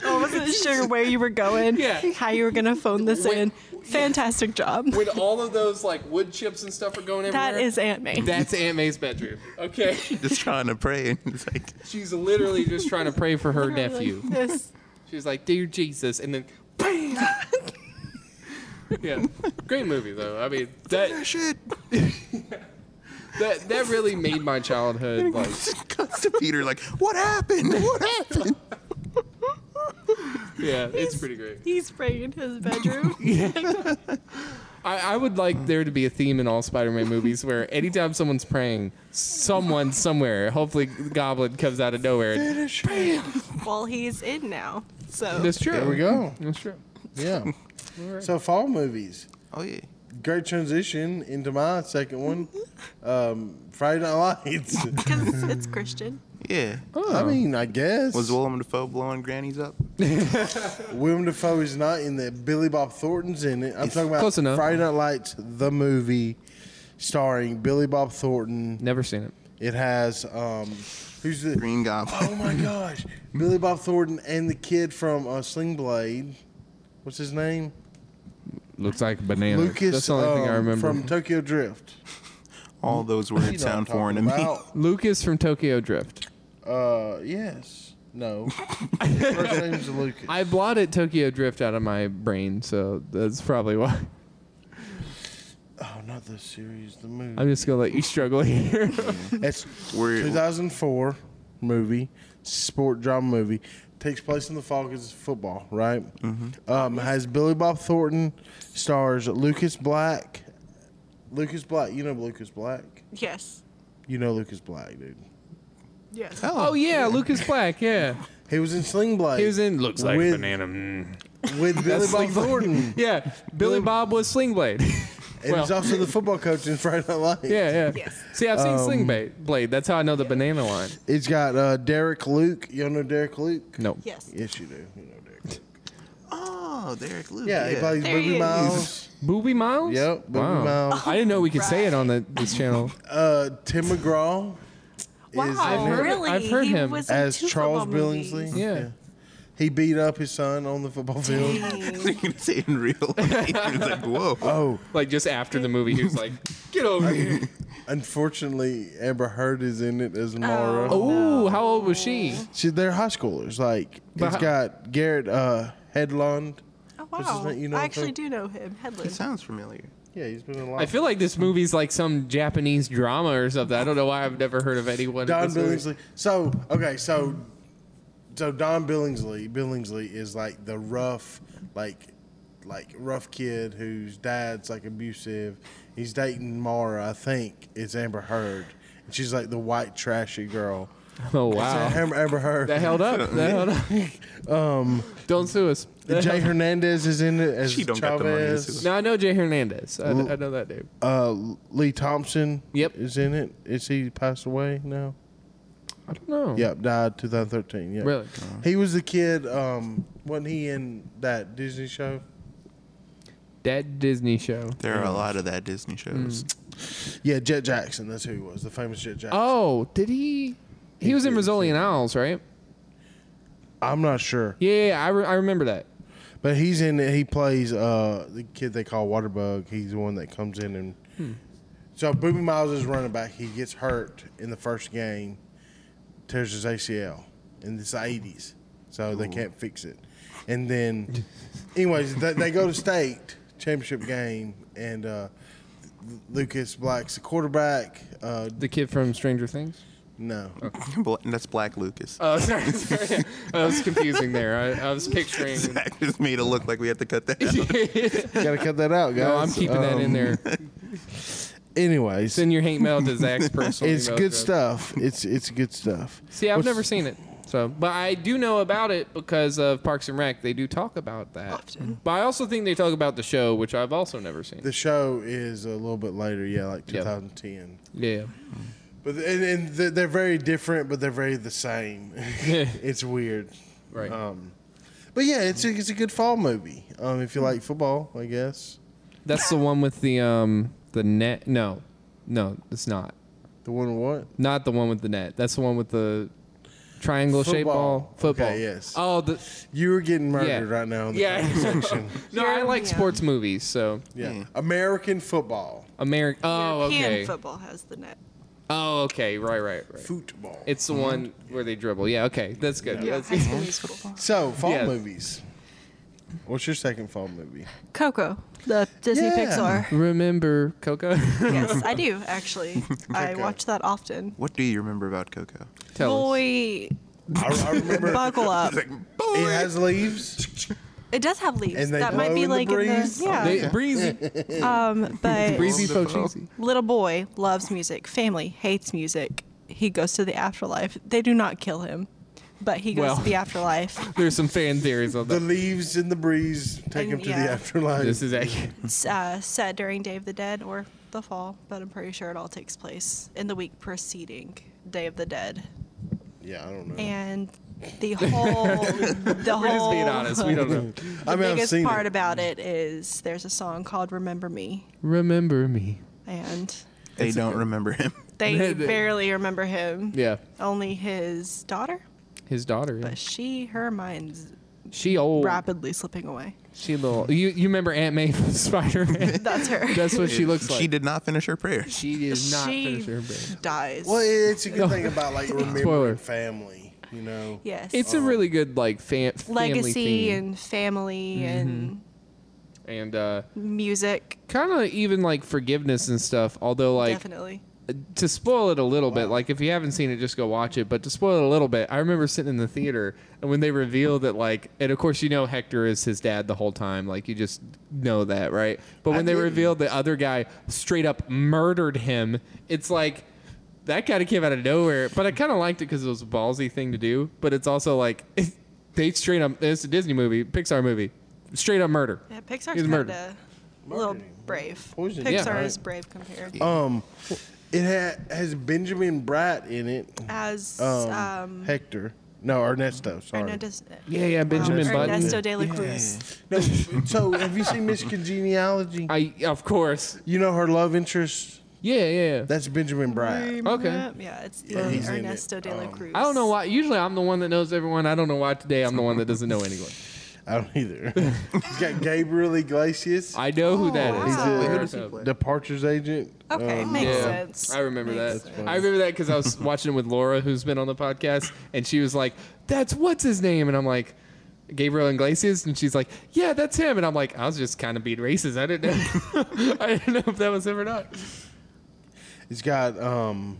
Speaker 3: I Oh, wasn't sure where you were going,
Speaker 2: Yeah.
Speaker 3: how you were going to phone this
Speaker 2: Wait.
Speaker 3: in. Fantastic job.
Speaker 2: when all of those like wood chips and stuff are going everywhere.
Speaker 3: That is Aunt May.
Speaker 2: That's Aunt May's bedroom.
Speaker 3: [laughs]
Speaker 2: Okay,
Speaker 4: [laughs] Just trying to pray and it's like
Speaker 2: she's literally just trying to pray for her nephew.
Speaker 3: [laughs] This.
Speaker 2: She's like, "Dear Jesus," and then, bam.
Speaker 1: [laughs]
Speaker 2: yeah, great movie though. I mean, that
Speaker 4: shit.
Speaker 2: that that really made my childhood like.
Speaker 4: Cuts to Peter like,
Speaker 1: [laughs]
Speaker 4: what happened? What happened?
Speaker 2: Yeah, it's pretty great.
Speaker 3: He's praying in his bedroom.
Speaker 2: [laughs] I, I would like there to be a theme in all Spider-Man movies where anytime someone's praying, someone somewhere, hopefully Goblin comes out of nowhere. and-
Speaker 3: well, he's in now. So
Speaker 2: That's true.
Speaker 1: There we [laughs] go.
Speaker 2: That's true.
Speaker 1: Yeah. So fall movies.
Speaker 4: Oh yeah.
Speaker 1: Great transition into my second one. Um, Friday Night Lights.
Speaker 3: because it's Christian.
Speaker 4: Yeah.
Speaker 1: I mean, I guess.
Speaker 4: Was Willem Dafoe blowing grannies up?
Speaker 1: Willem Dafoe is not in that. Billy Bob Thornton's in it. I'm talking about
Speaker 2: Close enough.
Speaker 1: Friday Night Lights, the movie, starring Billy Bob Thornton.
Speaker 2: Never seen it.
Speaker 1: It has um, who's the
Speaker 4: Green Goblin.
Speaker 1: Oh my gosh, Billy Bob Thornton and the kid from uh, Sling Blade. What's his name?
Speaker 2: Looks like banana.
Speaker 1: Lucas.
Speaker 2: That's the only thing I
Speaker 1: um,
Speaker 2: remember.
Speaker 1: from Tokyo Drift.
Speaker 4: All those
Speaker 1: You
Speaker 4: words
Speaker 1: know what I'm
Speaker 4: sound foreign to
Speaker 1: talking
Speaker 4: me.
Speaker 1: about.
Speaker 2: Lucas from Tokyo Drift.
Speaker 1: Uh, yes. No. First name's Lucas.
Speaker 2: I blotted Tokyo Drift out of my brain, so that's probably why.
Speaker 1: oh, not the series, the movie.
Speaker 2: I'm just gonna let you struggle [laughs] here.
Speaker 1: It's
Speaker 4: We're-
Speaker 1: 2004 movie, sport drama movie. Takes place in the fall 'cause it's football, right? Um, has Billy Bob Thornton, stars Lucas Black. Lucas Black, you know Lucas Black.
Speaker 3: Yes.
Speaker 1: You know Lucas Black, dude.
Speaker 3: Yes.
Speaker 2: oh yeah, Lucas Black. Yeah,
Speaker 1: He was in Sling Blade.
Speaker 2: he was in. Looks like
Speaker 1: with,
Speaker 2: banana. mm. [laughs]
Speaker 1: with Billy Bob Thornton. [laughs]
Speaker 2: Yeah, Billy Bob was Sling Blade. [laughs]
Speaker 1: And he's
Speaker 2: Well-
Speaker 1: also the football coach in Friday Night Lights.
Speaker 2: Yeah, yeah.
Speaker 3: Yes.
Speaker 2: See, I've seen
Speaker 1: Um,
Speaker 2: Sling Ba- Blade. That's how I know the banana line.
Speaker 1: It's got uh, Derek Luke. Y'all know Derek Luke?
Speaker 2: No.
Speaker 3: Yes.
Speaker 1: Yes, you do. You know Derek Luke.
Speaker 4: Oh, Derek Luke.
Speaker 1: Yeah, he
Speaker 4: [laughs]
Speaker 1: plays
Speaker 3: There he
Speaker 1: Booby
Speaker 3: is.
Speaker 1: Miles.
Speaker 2: Booby Miles?
Speaker 1: Yep, Booby Miles.
Speaker 2: I didn't know we could say it on the, this channel.
Speaker 1: Uh, Tim McGraw is
Speaker 3: Wow,
Speaker 1: in it
Speaker 3: really?
Speaker 2: I've heard
Speaker 3: He
Speaker 2: him.
Speaker 3: was in
Speaker 1: as
Speaker 3: two
Speaker 1: Charles
Speaker 3: football movies.
Speaker 1: Billingsley.
Speaker 2: Yeah.
Speaker 1: He beat up his son on the football
Speaker 2: [laughs]
Speaker 1: field.
Speaker 3: Dang.
Speaker 4: It's in real life. It's like, whoa.
Speaker 1: Oh,
Speaker 2: Like just after the movie, he was like, "Get over here."
Speaker 1: [laughs] unfortunately, Amber Heard is in it as Mara.
Speaker 3: Oh.
Speaker 2: Ooh, how old was she?
Speaker 1: She, they're high schoolers. Like
Speaker 2: But
Speaker 1: it's
Speaker 2: how-
Speaker 1: got Garrett uh, Headland.
Speaker 3: Oh,
Speaker 1: This is
Speaker 3: wow.
Speaker 1: what you know
Speaker 3: I
Speaker 1: him
Speaker 3: actually
Speaker 1: from?
Speaker 3: do know him, Headland.
Speaker 4: It sounds familiar.
Speaker 1: Yeah, he's been in a lot.
Speaker 2: I feel like this movie's like some Japanese drama or something. I don't know why I've never heard of anyone. in
Speaker 1: Don
Speaker 2: this movie.
Speaker 1: Billingsley. So okay, so so Don Billingsley. Billingsley is like the rough, like like rough kid whose dad's like abusive. He's dating Mara. I think it's Amber Heard, and she's like the white trashy girl.
Speaker 2: Oh wow,
Speaker 1: Amber, Amber Heard.
Speaker 2: that held [laughs] up. That held up. [laughs] Um, don't sue us.
Speaker 1: Jay Hernandez is in it as
Speaker 4: She don't got the money to
Speaker 1: Chavez.
Speaker 4: sue
Speaker 2: No, I know Jay Hernandez. I, I know that dude.
Speaker 1: Uh, Lee Thompson.
Speaker 2: Yep.
Speaker 1: is in it. Is he passed away now?
Speaker 2: I don't know.
Speaker 1: Yep, died 2013. Yeah, Uh-huh.
Speaker 2: Really?
Speaker 1: He was the kid. Um, wasn't he in that Disney show?
Speaker 2: That Disney show.
Speaker 4: There
Speaker 1: Mm.
Speaker 4: are a lot of that Disney shows.
Speaker 1: Yeah, Jet Jackson. That's who he was. The famous Jet Jackson.
Speaker 2: Oh, did he? He was in Rizzoli and Owls, right?
Speaker 1: I'm not sure,
Speaker 2: Yeah, yeah, yeah, I, re- I remember that.
Speaker 1: but he's in it. He plays uh the kid they call Waterbug. He's the one that comes in and.
Speaker 2: Hmm.
Speaker 1: So Booby Miles is running back. He gets hurt in the first game, tears his ACL in the 80s, so they can't fix it. And then, anyways, they, they go to state championship game, and uh, Lucas Black's the quarterback. Uh,
Speaker 2: The kid from Stranger Things.
Speaker 1: no,
Speaker 4: [laughs] Bla- That's Black Lucas. [laughs]
Speaker 2: Oh, [laughs] sorry, sorry. I was confusing there. I, I was [laughs] picturing.
Speaker 4: Zach just made it look like we had to cut
Speaker 1: [laughs]
Speaker 4: that out.
Speaker 1: gotta cut that out, guys.
Speaker 2: [laughs] no, I'm keeping that in
Speaker 1: Um,
Speaker 2: there.
Speaker 1: Anyways,
Speaker 2: Send your hate mail to [laughs] Zach's personal.
Speaker 1: it's
Speaker 2: email
Speaker 1: good
Speaker 2: address.
Speaker 1: stuff. It's it's good stuff.
Speaker 2: See, I've
Speaker 1: What's-
Speaker 2: never seen it. So, but I do know about it because of Parks and Rec. They do talk about that.
Speaker 3: Often.
Speaker 2: But I also think they talk about the show, which I've also never seen.
Speaker 1: The show is a little bit later, yeah, like
Speaker 2: Yeah.
Speaker 1: 2010.
Speaker 2: yeah.
Speaker 1: But and, and they're they're very different, but they're very the
Speaker 2: [laughs]
Speaker 1: same. [laughs] it's weird,
Speaker 2: Right.
Speaker 1: Um, but yeah, it's a, it's a good fall movie. Um, if you like football, I guess
Speaker 2: That's the one with the um the net. No, no, it's not.
Speaker 1: the one what
Speaker 2: Not the one with the net. That's the one with the triangle shaped
Speaker 1: Football.
Speaker 2: ball. Football.
Speaker 1: Okay, yes.
Speaker 2: Oh, the
Speaker 1: you were getting murdered
Speaker 2: Yeah.
Speaker 1: right now. In the
Speaker 2: Yeah. [laughs]
Speaker 1: conversation.
Speaker 2: no. I like
Speaker 3: European.
Speaker 2: sports movies. So
Speaker 1: yeah, American football,
Speaker 2: American. Oh,
Speaker 3: European
Speaker 2: okay.
Speaker 3: football has the net.
Speaker 2: Oh, okay. Right, right, right.
Speaker 1: football.
Speaker 2: It's the one where they dribble. Yeah. Okay. That's good.
Speaker 3: Yeah,
Speaker 2: That's
Speaker 3: High School Musical.
Speaker 1: so fall
Speaker 2: Yeah.
Speaker 1: movies. What's your second fall
Speaker 2: [laughs]
Speaker 1: movie?
Speaker 3: Coco, the Disney
Speaker 1: Yeah.
Speaker 3: Pixar.
Speaker 2: Remember Coco? [laughs]
Speaker 3: yes, I do
Speaker 1: [laughs]
Speaker 3: actually. I
Speaker 1: Coco.
Speaker 3: watch that often.
Speaker 4: What do you remember about Coco?
Speaker 2: Tell us.
Speaker 3: Boy,
Speaker 1: I, I remember [laughs]
Speaker 3: buckle up.
Speaker 1: it has leaves.
Speaker 3: It does have leaves.
Speaker 1: And they
Speaker 3: that
Speaker 1: blow
Speaker 3: might be
Speaker 1: in the
Speaker 3: like
Speaker 1: breeze.
Speaker 3: in the yeah.
Speaker 2: They- breezy,
Speaker 3: [laughs] um,
Speaker 1: [laughs]
Speaker 3: but
Speaker 2: breezy, fo cheesy.
Speaker 3: little boy loves music. Family hates music. He goes to the afterlife. They do not kill him, but he goes
Speaker 2: Well.
Speaker 3: to the
Speaker 1: [laughs]
Speaker 3: afterlife.
Speaker 2: There's some fan theories on
Speaker 1: The
Speaker 2: that.
Speaker 1: leaves and the breeze take him
Speaker 3: And-
Speaker 1: to the
Speaker 3: yeah.
Speaker 1: afterlife.
Speaker 2: [laughs] This is accurate.
Speaker 3: It's uh, set during Day of the Dead or the Fall, but I'm pretty sure it all takes place in the week preceding Day of the Dead.
Speaker 1: yeah, I don't know.
Speaker 3: And
Speaker 2: [laughs]
Speaker 3: the whole, the
Speaker 2: We're
Speaker 3: whole,
Speaker 2: just being honest.
Speaker 3: [laughs]
Speaker 2: We don't know.
Speaker 3: The
Speaker 1: I mean, I've
Speaker 3: biggest
Speaker 1: seen
Speaker 3: part
Speaker 1: it.
Speaker 3: about it is there's a song called "Remember Me,"
Speaker 2: Remember me.
Speaker 3: and
Speaker 4: They don't remember him.
Speaker 3: they
Speaker 2: [laughs] They-
Speaker 3: barely remember him.
Speaker 2: Yeah,
Speaker 3: Only his daughter,
Speaker 2: his daughter. yeah.
Speaker 3: but she, her mind's
Speaker 2: She old.
Speaker 3: rapidly slipping away.
Speaker 2: She little. You you remember Aunt May from [laughs] Spider
Speaker 3: [laughs]
Speaker 2: Man?
Speaker 3: That's her.
Speaker 2: That's what she looks like.
Speaker 4: She did not finish her
Speaker 1: Um,
Speaker 4: prayers.
Speaker 2: She did not
Speaker 3: She-
Speaker 2: finish her brain.
Speaker 3: dies.
Speaker 1: Well, it's a good thing about like remembering
Speaker 2: [laughs] Spoiler.
Speaker 1: family, you know.
Speaker 3: yes.
Speaker 2: It's a really good like fan
Speaker 3: legacy and family
Speaker 2: Mm-hmm.
Speaker 3: and
Speaker 2: and and uh,
Speaker 3: music.
Speaker 2: kind of even like forgiveness and stuff. Although like
Speaker 3: Definitely.
Speaker 2: to spoil it a little bit, like if you haven't seen it, just go watch it. But to spoil it a little bit, I remember sitting in the theater and when they revealed that, like, and of course you know Hector is his dad the whole time, like you just know that, right? But when they
Speaker 1: didn't.
Speaker 2: revealed the other guy straight up murdered him, it's like that kind of came out of nowhere. But I kind of liked it because it was a ballsy thing to do. But it's also like [laughs] they straight up. It's a Disney movie, Pixar movie, straight up murder.
Speaker 3: Yeah,
Speaker 2: He's
Speaker 3: Pixar's
Speaker 2: murdered.
Speaker 3: kind of a little brave.
Speaker 1: Poison.
Speaker 3: Pixar
Speaker 1: Yeah,
Speaker 2: right.
Speaker 3: is brave compared
Speaker 1: Um, it ha- has Benjamin Bright in it.
Speaker 3: as
Speaker 1: Um,
Speaker 3: um,
Speaker 1: Hector. No, Ernesto. Sorry.
Speaker 3: Ernesto,
Speaker 2: Yeah, yeah, Benjamin
Speaker 3: um,
Speaker 2: Button.
Speaker 3: Ernesto de la Cruz.
Speaker 1: No, so have you seen Miss Congeniality?
Speaker 2: I of course.
Speaker 1: You know her love interest.
Speaker 2: Yeah, yeah. yeah.
Speaker 1: That's Benjamin Bright.
Speaker 2: Okay.
Speaker 3: Yeah, it's
Speaker 1: Yeah,
Speaker 3: the
Speaker 1: he's in it. Um,
Speaker 3: Ernesto de la Cruz.
Speaker 2: I don't know why. Usually, I'm the one that knows everyone. I don't know why today I'm the one that doesn't know anyone.
Speaker 1: I don't either. He's got Gabriel Iglesias,
Speaker 2: I know who that is.
Speaker 3: He's a-
Speaker 2: We
Speaker 1: Who
Speaker 2: heard
Speaker 4: Oh, does he
Speaker 2: of.
Speaker 4: play?
Speaker 1: departures agent.
Speaker 3: Okay,
Speaker 1: Um,
Speaker 3: makes
Speaker 2: Yeah,
Speaker 3: sense.
Speaker 2: I remember
Speaker 3: Makes
Speaker 2: that.
Speaker 3: sense.
Speaker 2: I remember that because I was watching it with Laura, who's been on the podcast, and she was like, "That's what's his name," and I'm like. Gabriel Iglesias, and she's like, "Yeah, that's him," and I'm like, "I was just kind of being racist. I didn't know, [laughs] I didn't know if that was him or not."
Speaker 1: He's got um,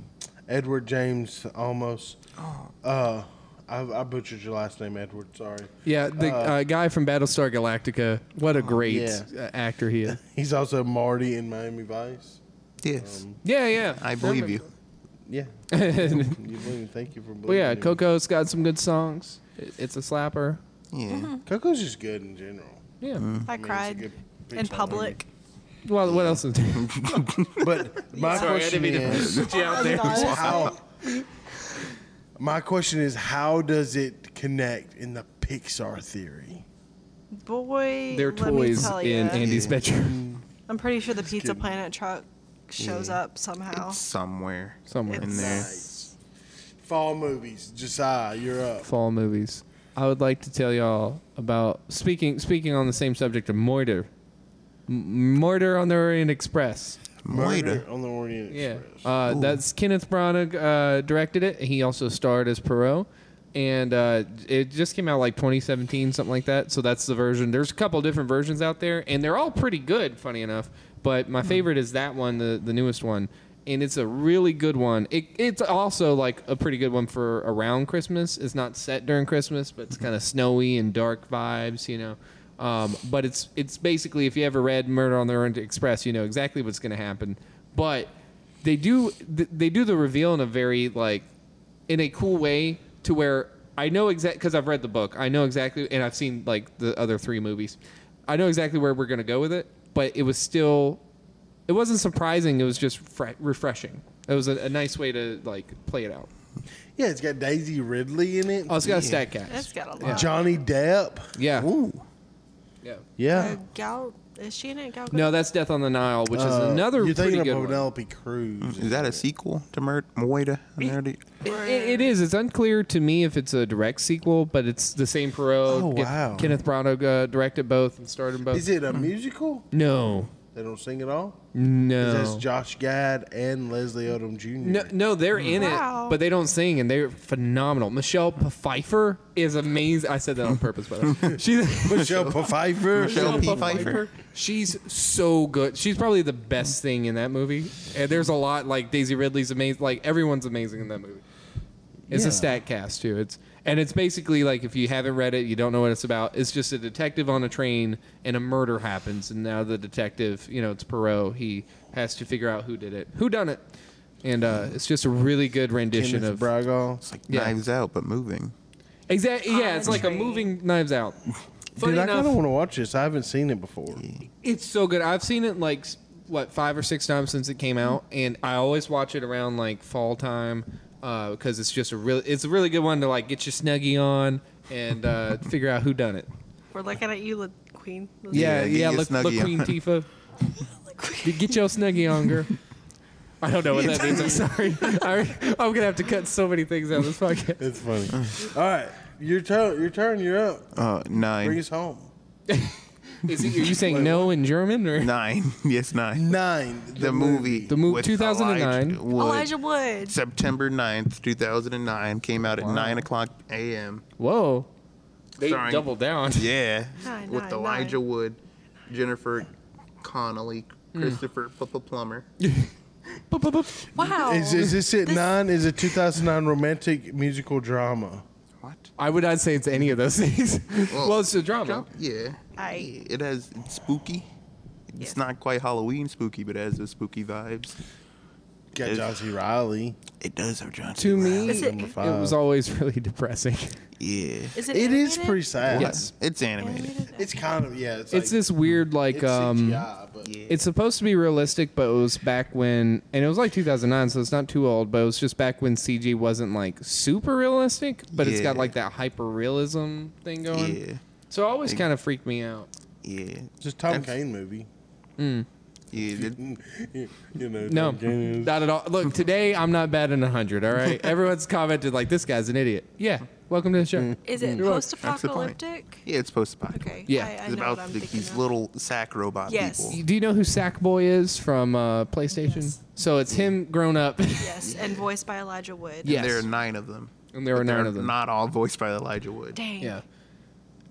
Speaker 1: Edward James almost.
Speaker 3: Oh.
Speaker 1: Uh, I, I butchered your last name, Edward. Sorry.
Speaker 2: Yeah, the uh, guy from Battlestar Galactica. What a great
Speaker 1: yeah.
Speaker 2: uh, actor he is.
Speaker 1: He's also Marty in Miami Vice.
Speaker 4: Yes,
Speaker 2: Yeah, yeah.
Speaker 4: I believe you.
Speaker 2: [laughs]
Speaker 1: Yeah.
Speaker 2: you.
Speaker 1: You believe, thank you for believing.
Speaker 2: well, yeah,
Speaker 1: in me.
Speaker 2: Coco's got some good songs. It- It's a slapper.
Speaker 4: Yeah.
Speaker 1: Coco's just good in general.
Speaker 2: Yeah.
Speaker 3: I
Speaker 1: mean, it's a
Speaker 3: cried
Speaker 1: good
Speaker 3: in
Speaker 1: Pixar
Speaker 3: public.
Speaker 2: Well, what else is there?
Speaker 1: movie. But
Speaker 3: [laughs]
Speaker 1: my question is,
Speaker 2: you out [laughs]
Speaker 3: Oh
Speaker 2: there.
Speaker 1: how my question is how does it connect in the Pixar theory?
Speaker 3: Boy,
Speaker 2: They're
Speaker 3: let me
Speaker 2: toys
Speaker 3: tell
Speaker 2: in
Speaker 3: ya.
Speaker 2: Andy's
Speaker 1: Yeah.
Speaker 2: bedroom
Speaker 3: I'm pretty sure the Pizza
Speaker 1: kidding.
Speaker 3: Planet truck shows up somehow.
Speaker 4: Somewhere.
Speaker 2: somewhere.
Speaker 4: In
Speaker 3: It's-
Speaker 4: there.
Speaker 1: Nice. Fall movies. Josiah, you're up.
Speaker 2: Fall movies. I would like to tell y'all about speaking speaking on the same subject of Moiter. M- Moiter on the Orient Express.
Speaker 4: Moira.
Speaker 1: on the Orient
Speaker 2: Yeah,
Speaker 1: Express.
Speaker 2: uh, that's Kenneth Branagh uh, directed it. He also starred as Perot, and uh, it just came out like 2017, something like that. So that's the version. There's a couple different versions out there, and they're all pretty good, funny enough. But my favorite is that one, the the newest one, and it's a really good one. It, it's also like a pretty good one for around Christmas. It's not set during Christmas, but it's kind of snowy and dark vibes, you know. Um, but it's it's basically if you ever read Murder on the Orient Express, you know exactly what's going to happen. But they do th- they do the reveal in a very like in a cool way to where I know exactly because I've read the book. I know exactly, and I've seen like the other three movies. I know exactly where we're gonna go with it, but it was still, it wasn't surprising. It was just fre- refreshing. It was a, a nice way to like play it out.
Speaker 1: Yeah, it's got Daisy Ridley in it.
Speaker 2: Oh, it's got a stat cast.
Speaker 3: It's got a lot.
Speaker 1: Johnny Depp.
Speaker 2: yeah,
Speaker 4: Ooh.
Speaker 2: yeah.
Speaker 1: Yeah.
Speaker 3: Uh, Gal, is she in it? Gal Gadot?
Speaker 2: No, that's Death on the Nile, which is
Speaker 1: Uh,
Speaker 2: another
Speaker 1: You're
Speaker 2: pretty
Speaker 1: thinking
Speaker 2: good
Speaker 1: of
Speaker 2: one.
Speaker 1: Penelope Cruz.
Speaker 4: Is that a sequel to Mur- Moira? I already-
Speaker 2: It, it- it is. It's unclear to me if it's a direct sequel, but it's the same Perot.
Speaker 1: Oh,
Speaker 2: Ke-
Speaker 1: wow.
Speaker 2: Kenneth Branagh uh, directed both and starred in both.
Speaker 1: Is it a musical?
Speaker 2: No,
Speaker 1: They don't sing at all.
Speaker 2: no.
Speaker 1: That's Josh Gad and Leslie Odom Jr.
Speaker 2: No, no, they're in
Speaker 3: Wow.
Speaker 2: it, but they don't sing, and they're phenomenal. Michelle Pfeiffer is amazing. I said that on purpose, by the way.
Speaker 1: [laughs]
Speaker 2: She's
Speaker 1: Michelle Pfeiffer.
Speaker 4: Michelle P. Pfeiffer.
Speaker 2: she's so good. She's probably the best thing in that movie. And there's a lot like Daisy Ridley's amazing. Like everyone's amazing in that movie. It's
Speaker 1: Yeah.
Speaker 2: a stat cast too. It's and it's basically like if you haven't read it, you don't know what it's about. It's just a detective on a train, and a murder happens, and now the detective, you know, it's Perot. He has to figure out who did it, who done it, and uh, it's just a really good rendition
Speaker 1: Kenneth
Speaker 2: of
Speaker 1: Bragg.
Speaker 4: It's like
Speaker 2: Yeah.
Speaker 4: Knives Out, but moving.
Speaker 2: exactly. Yeah, it's like a
Speaker 3: Entree.
Speaker 2: moving Knives Out. Funny
Speaker 1: Dude, I
Speaker 2: enough,
Speaker 1: kind of want to watch this. I haven't seen it before.
Speaker 2: It's so good. I've seen it like s- what five or six times since it came out, and I always watch it around like fall time because it's just a really it's a really good one to like get your snuggie on and uh, [laughs] figure out who done it.
Speaker 3: We're looking at you, La Queen. La-
Speaker 2: Yeah,
Speaker 4: Yeah, get
Speaker 2: yeah.
Speaker 4: your
Speaker 2: Look, look
Speaker 4: snuggie
Speaker 2: Queen
Speaker 4: on.
Speaker 2: [laughs] Tifa,
Speaker 3: La Queen.
Speaker 2: Did- get your snuggie on, girl. I don't know what that [laughs] means. I'm sorry. I, I'm gonna have to cut so many things out of this podcast.
Speaker 1: It's
Speaker 4: [laughs]
Speaker 1: funny. All right, your turn. Your turn. You're up.
Speaker 4: Uh,
Speaker 1: Bring
Speaker 4: nine.
Speaker 1: us home.
Speaker 2: Is it, are you saying no in German or
Speaker 4: Nine. [laughs] Yes, nine.
Speaker 1: Nine.
Speaker 4: The, movie.
Speaker 2: The movie-
Speaker 4: with
Speaker 2: 2009.
Speaker 4: Elijah Wood.
Speaker 3: Elijah Wood.
Speaker 4: September 9th, 2009. Came out at 9 o'clock a.m.
Speaker 2: whoa? They
Speaker 4: Starring-
Speaker 2: doubled down.
Speaker 4: Yeah.
Speaker 3: Nine,
Speaker 4: with
Speaker 3: nine,
Speaker 4: Elijah Wood, Jennifer Connolly, Christopher P- Plummer.
Speaker 2: Bup, bup, bup.
Speaker 3: Wow.
Speaker 1: Is, is this it?
Speaker 3: This-
Speaker 1: Nine is a 2009 romantic musical drama.
Speaker 4: What?
Speaker 2: I would not say it's any of those things. Well,
Speaker 4: Well,
Speaker 2: it's a drama.
Speaker 4: Yeah.
Speaker 3: I-
Speaker 4: It has it's spooky. It's
Speaker 3: Yes.
Speaker 4: not quite Halloween spooky, but it has those spooky vibes.
Speaker 1: Got
Speaker 4: It's-
Speaker 1: John C. Riley.
Speaker 4: It does have John.
Speaker 2: To
Speaker 4: C.
Speaker 2: me,
Speaker 3: Is
Speaker 2: it,
Speaker 3: it-
Speaker 1: Number five.
Speaker 2: was always [laughs] really depressing.
Speaker 4: yeah,
Speaker 3: Is it?
Speaker 1: It is
Speaker 3: animated?
Speaker 1: pretty sad.
Speaker 2: Yes.
Speaker 4: it's animated.
Speaker 3: Animated?
Speaker 1: It's kind of yeah. It's,
Speaker 2: It's
Speaker 1: like,
Speaker 2: this weird, like,
Speaker 1: it's
Speaker 2: um,
Speaker 1: CGI, but
Speaker 4: Yeah.
Speaker 2: It's supposed to be realistic, but it was back when, and it was like 2009, so it's not too old, but it was just back when CG wasn't like super realistic, but it's got
Speaker 4: Yeah.
Speaker 2: like that hyper realism thing going.
Speaker 4: Yeah,
Speaker 2: So it always kind of freaked me out.
Speaker 4: yeah,
Speaker 1: just Tom
Speaker 4: That's-
Speaker 1: Kane movie. Mm,
Speaker 4: yeah. that-
Speaker 1: you know,
Speaker 2: No,
Speaker 1: Tom Kane is-
Speaker 2: not at all.
Speaker 1: [laughs]
Speaker 2: Look, today I'm not batting 100, all right? Everyone's commented, like, this guy's an idiot. Yeah, welcome to the
Speaker 1: Mm.
Speaker 2: show.
Speaker 3: Is it
Speaker 4: That's the point.
Speaker 3: post-apocalyptic?
Speaker 4: Yeah, it's post-apocalyptic.
Speaker 3: Okay.
Speaker 2: Yeah.
Speaker 3: I, I
Speaker 4: It's
Speaker 3: know
Speaker 4: about
Speaker 3: what I'm
Speaker 4: the,
Speaker 3: thinking
Speaker 4: these
Speaker 3: of.
Speaker 4: little sack robot
Speaker 3: Yes.
Speaker 4: people.
Speaker 2: Do you know who Sackboy is from uh, PlayStation?
Speaker 3: Yes.
Speaker 2: So it's him
Speaker 1: [laughs]
Speaker 2: grown up.
Speaker 3: Yes, and voiced by Elijah Wood.
Speaker 2: Yeah.
Speaker 4: There are
Speaker 2: Yes.
Speaker 4: nine of them.
Speaker 2: And there
Speaker 4: But
Speaker 2: are nine
Speaker 4: they're
Speaker 2: of them.
Speaker 4: Not all voiced by Elijah Wood.
Speaker 3: Dang.
Speaker 2: Yeah.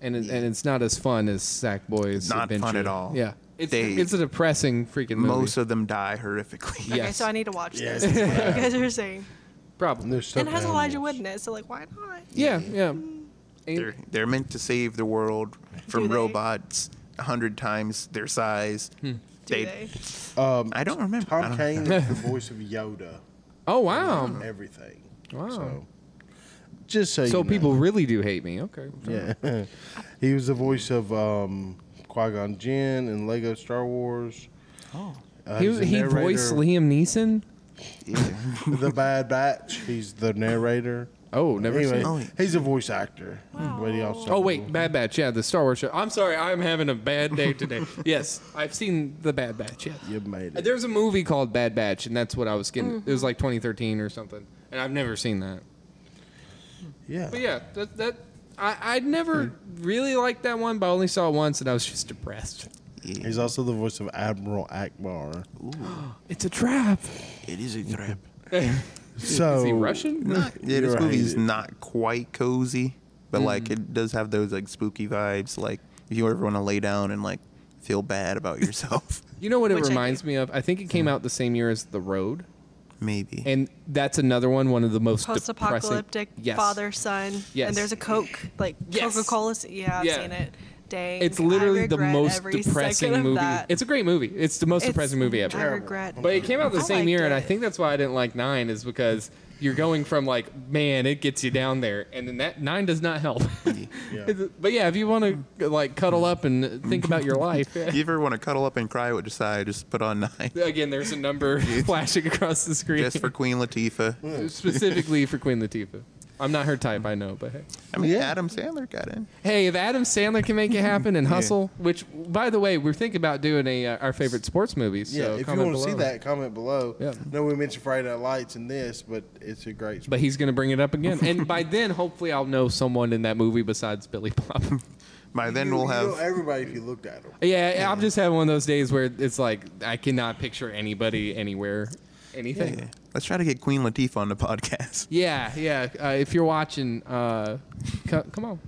Speaker 2: And it, and it's not as fun as Sackboy's.
Speaker 4: Not fun
Speaker 2: adventure.
Speaker 4: at all.
Speaker 2: Yeah. It's
Speaker 4: They-
Speaker 2: it's a depressing freaking movie.
Speaker 4: Most of them die horrifically.
Speaker 2: Yeah.
Speaker 3: Okay,
Speaker 2: Yes.
Speaker 3: so I need to watch
Speaker 1: Yes.
Speaker 3: this. What you guys are
Speaker 2: [laughs]
Speaker 3: saying.
Speaker 2: Problem.
Speaker 1: They're stuck
Speaker 3: And it has
Speaker 1: with
Speaker 3: Elijah
Speaker 1: animals.
Speaker 3: Wood in it, so like, why not?
Speaker 2: Yeah, yeah.
Speaker 4: [laughs] They're they're meant to save the world
Speaker 3: Do
Speaker 4: from
Speaker 3: they?
Speaker 4: robots a hundred times their size.
Speaker 2: Hmm.
Speaker 3: Do they?
Speaker 1: Um,
Speaker 4: I don't remember. I
Speaker 1: Tom
Speaker 4: don't-
Speaker 1: Kane is the voice of Yoda.
Speaker 2: oh wow.
Speaker 1: and Everything.
Speaker 2: Wow.
Speaker 1: So, just so
Speaker 2: So
Speaker 1: you know.
Speaker 2: people really do hate me. Okay.
Speaker 1: Yeah. [laughs] he was the voice of um, Qui Gon Jinn in Lego Star Wars. Oh.
Speaker 2: He, he voiced Liam Neeson.
Speaker 1: [laughs] The Bad Batch. He's the narrator.
Speaker 2: Oh, never
Speaker 1: anyway,
Speaker 2: seen.
Speaker 4: Oh, yeah.
Speaker 1: he's a voice actor. But he also
Speaker 2: Oh wait, Bad Batch. Yeah, the Star Wars show. I'm sorry, I'm having a bad day
Speaker 4: [laughs]
Speaker 2: today. yes, I've seen the Bad Batch. Yeah.
Speaker 1: You made it.
Speaker 2: There's a movie called Bad Batch, and that's what I was getting. It was like 2013 or something, and I've never seen that.
Speaker 1: Yeah.
Speaker 2: But Oh, yeah, that that I I'd never really liked that one, but I only saw it once, and I was just depressed.
Speaker 1: He's also the voice of Admiral Akbar.
Speaker 2: It's a trap.
Speaker 4: It is a trap.
Speaker 1: So
Speaker 2: [laughs] Is
Speaker 1: Oh.
Speaker 2: he Russian?
Speaker 4: Not, yeah,
Speaker 1: [laughs]
Speaker 4: this
Speaker 1: You're
Speaker 4: movie's
Speaker 1: right. Mm.
Speaker 4: not quite cozy, but like it does have those like spooky vibes. Like if you ever want to lay down and like feel
Speaker 1: [laughs]
Speaker 4: bad about yourself,
Speaker 2: You know what it
Speaker 3: Which I
Speaker 2: reminds me of? I think it came out the same year as The Road,
Speaker 4: maybe.
Speaker 2: and that's another one, one of the most
Speaker 3: Post-apocalyptic
Speaker 2: depressing- Yes.
Speaker 3: father son.
Speaker 2: Yes.
Speaker 3: And there's a Coke like
Speaker 2: Yes.
Speaker 3: Coca-Cola. Yeah, I've
Speaker 2: Yeah.
Speaker 3: seen it. Dang.
Speaker 2: It's
Speaker 3: I
Speaker 2: literally the
Speaker 3: regret
Speaker 2: most
Speaker 3: every
Speaker 2: depressing
Speaker 3: second of
Speaker 2: movie.
Speaker 3: That.
Speaker 2: It's a great movie. It's the most
Speaker 3: It's-
Speaker 2: depressing movie ever.
Speaker 3: I
Speaker 1: Terrible.
Speaker 3: regret.
Speaker 2: But it came out the
Speaker 3: I
Speaker 2: same
Speaker 3: liked
Speaker 2: year, and I
Speaker 3: it.
Speaker 2: think that's why I didn't like Nine, is because you're going from like, man, it gets you down there, and then that Nine does
Speaker 1: [laughs]
Speaker 2: not help. It's- but yeah, if you want to like cuddle up and think about
Speaker 1: [laughs]
Speaker 2: your life,
Speaker 4: If you ever want to cuddle up and cry with Josiah, just put on [laughs] nine.
Speaker 2: [laughs] again, there's
Speaker 1: [laughs]
Speaker 2: a number flashing across the screen
Speaker 4: Just
Speaker 2: [laughs]
Speaker 4: for Queen Latifah.
Speaker 2: specifically for Queen Latifah. I'm not her type, I know, but hey.
Speaker 4: I mean, Adam Sandler got in.
Speaker 2: Hey, if Adam Sandler can make it happen and hustle, which by the way, we're thinking about doing a uh, our favorite sports movies.
Speaker 1: Yeah,
Speaker 2: so
Speaker 1: if you
Speaker 2: uh, comment
Speaker 1: want to see
Speaker 2: below.
Speaker 1: that, comment below.
Speaker 2: Yeah.
Speaker 1: No, we mentioned Friday Night Lights and this, but it's a great.
Speaker 2: But he's gonna bring it up again, and
Speaker 1: [laughs]
Speaker 2: by then, hopefully, I'll know someone in that movie besides Billy Bob. [laughs]
Speaker 4: By then
Speaker 1: You-
Speaker 4: we'll
Speaker 1: you know
Speaker 4: have
Speaker 1: everybody if you looked at them.
Speaker 2: yeah, I'm just having one of those days where it's like I cannot picture anybody anywhere, anything.
Speaker 4: Yeah. Let's try to get Queen Latifah on the podcast.
Speaker 2: Yeah, yeah. Uh, if you're watching, uh, co- come on,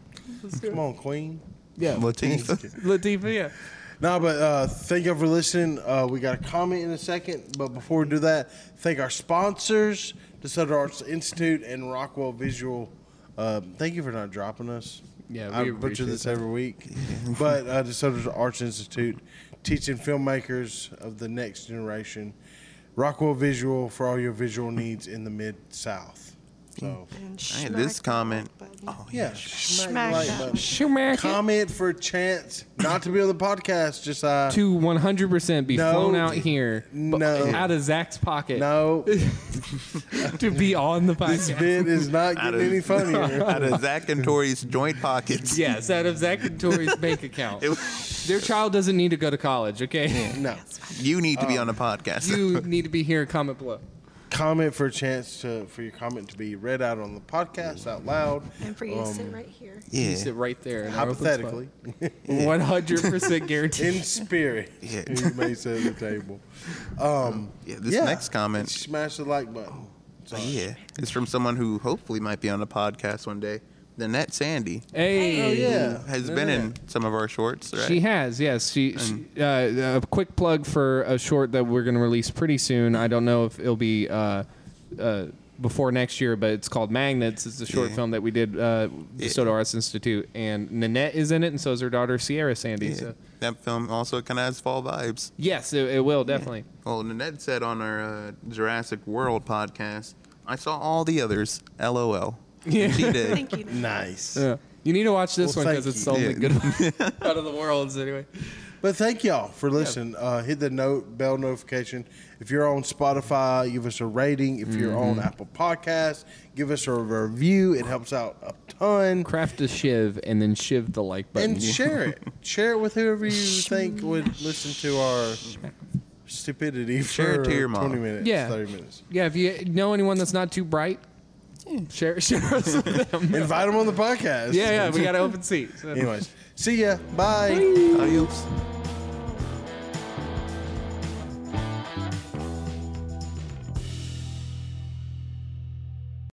Speaker 1: Come on, Queen.
Speaker 2: yeah,
Speaker 4: [laughs] Latifah.
Speaker 2: Latifah. Yeah,
Speaker 1: No, but uh, thank y'all for listening. Uh, we got a comment in a second, but before we do that, thank our sponsors, DeSoto Arts Institute and Rockwell Visual. Um, thank you for not dropping us.
Speaker 2: Yeah,
Speaker 1: I
Speaker 2: we
Speaker 1: butcher
Speaker 2: appreciate
Speaker 1: this every
Speaker 2: [laughs]
Speaker 1: week, but uh, DeSoto Arts Institute teaching filmmakers of the next generation. Rockwell Visual for all your visual needs in the Mid South. So
Speaker 2: Hmm.
Speaker 3: And
Speaker 4: I had
Speaker 3: smack
Speaker 4: this
Speaker 3: that
Speaker 4: comment.
Speaker 3: button.
Speaker 4: Oh
Speaker 1: yeah,
Speaker 4: yeah.
Speaker 1: the
Speaker 3: Smack
Speaker 1: like
Speaker 3: that
Speaker 1: button.
Speaker 2: Schumacher.
Speaker 1: Comment for a chance not to be on the podcast. Just uh,
Speaker 2: To 100% be
Speaker 1: No.
Speaker 2: flown out here, bu-
Speaker 1: No.
Speaker 2: out of Zach's pocket.
Speaker 1: no.
Speaker 2: [laughs] to be on the
Speaker 1: This
Speaker 2: podcast.
Speaker 1: bit is not getting any funnier.
Speaker 4: [laughs] Out of Zach and Tori's
Speaker 1: [laughs]
Speaker 4: joint pockets.
Speaker 2: yes, out of Zach and Tori's bank account.
Speaker 4: It was-
Speaker 2: Their child doesn't need to go to college, okay?
Speaker 1: No.
Speaker 4: you need to
Speaker 1: Oh,
Speaker 4: be on the podcast.
Speaker 2: you need to be here. Comment below.
Speaker 1: Comment for a chance to for your comment to be read out on the podcast out loud.
Speaker 3: And for you to sit right here.
Speaker 2: You sit
Speaker 4: [laughs] yeah.
Speaker 2: right there. in our open spot.
Speaker 1: Hypothetically. [laughs]
Speaker 2: 100% guaranteed.
Speaker 1: In spirit.
Speaker 4: [laughs] Yeah.
Speaker 1: You may sit at the table.
Speaker 4: yeah. This
Speaker 1: Yeah.
Speaker 4: next comment. Oh,
Speaker 1: Smash the like button. Sorry.
Speaker 4: Yeah. It's from someone who hopefully might be on the podcast one day. Nanette Sandy
Speaker 2: Hey.
Speaker 1: Oh yeah.
Speaker 4: has been in some of our shorts, right?
Speaker 2: She has, yes. She, she uh, a quick plug for a short that we're going to release pretty soon. I don't know if it'll be uh, uh, before next year, but it's called Magnets. It's a short
Speaker 4: Yeah.
Speaker 2: film that we did uh, the Soto Arts Institute, and Nanette is in it, and so is her daughter Sierra Sandy. So
Speaker 4: That film also kind of has fall vibes.
Speaker 2: yes, it, it will definitely.
Speaker 4: Well, Nanette said on our uh, Jurassic World podcast, I saw all the others. LOL. Yeah. She did.
Speaker 3: Thank
Speaker 4: [laughs]
Speaker 3: you.
Speaker 1: Nice.
Speaker 2: [laughs] Yeah. You need to watch this
Speaker 1: Well,
Speaker 2: one because
Speaker 1: thank
Speaker 2: it's
Speaker 1: you.
Speaker 2: the only
Speaker 4: Yeah.
Speaker 2: good
Speaker 4: [laughs]
Speaker 2: one [laughs] out of the worlds anyway.
Speaker 1: But thank y'all for listening. Uh, hit the note bell notification. If you're on Spotify, give us a rating. If you're on
Speaker 4: Mm-hmm.
Speaker 1: Apple Podcasts, give us a review. It helps out a ton.
Speaker 2: Craft a shiv and then shiv the like button.
Speaker 1: And share
Speaker 4: [laughs]
Speaker 1: it. share it with whoever you think would listen to our stupidity for
Speaker 4: Share it to your mom.
Speaker 1: 20 minutes,
Speaker 2: Yeah.
Speaker 1: 30 minutes.
Speaker 2: yeah, if you know anyone that's not too bright, share share [laughs] us with them.
Speaker 1: Invite them on the podcast.
Speaker 2: Yeah, yeah, we got an open seat. So.
Speaker 1: Anyways, see ya. Bye.
Speaker 4: Adios.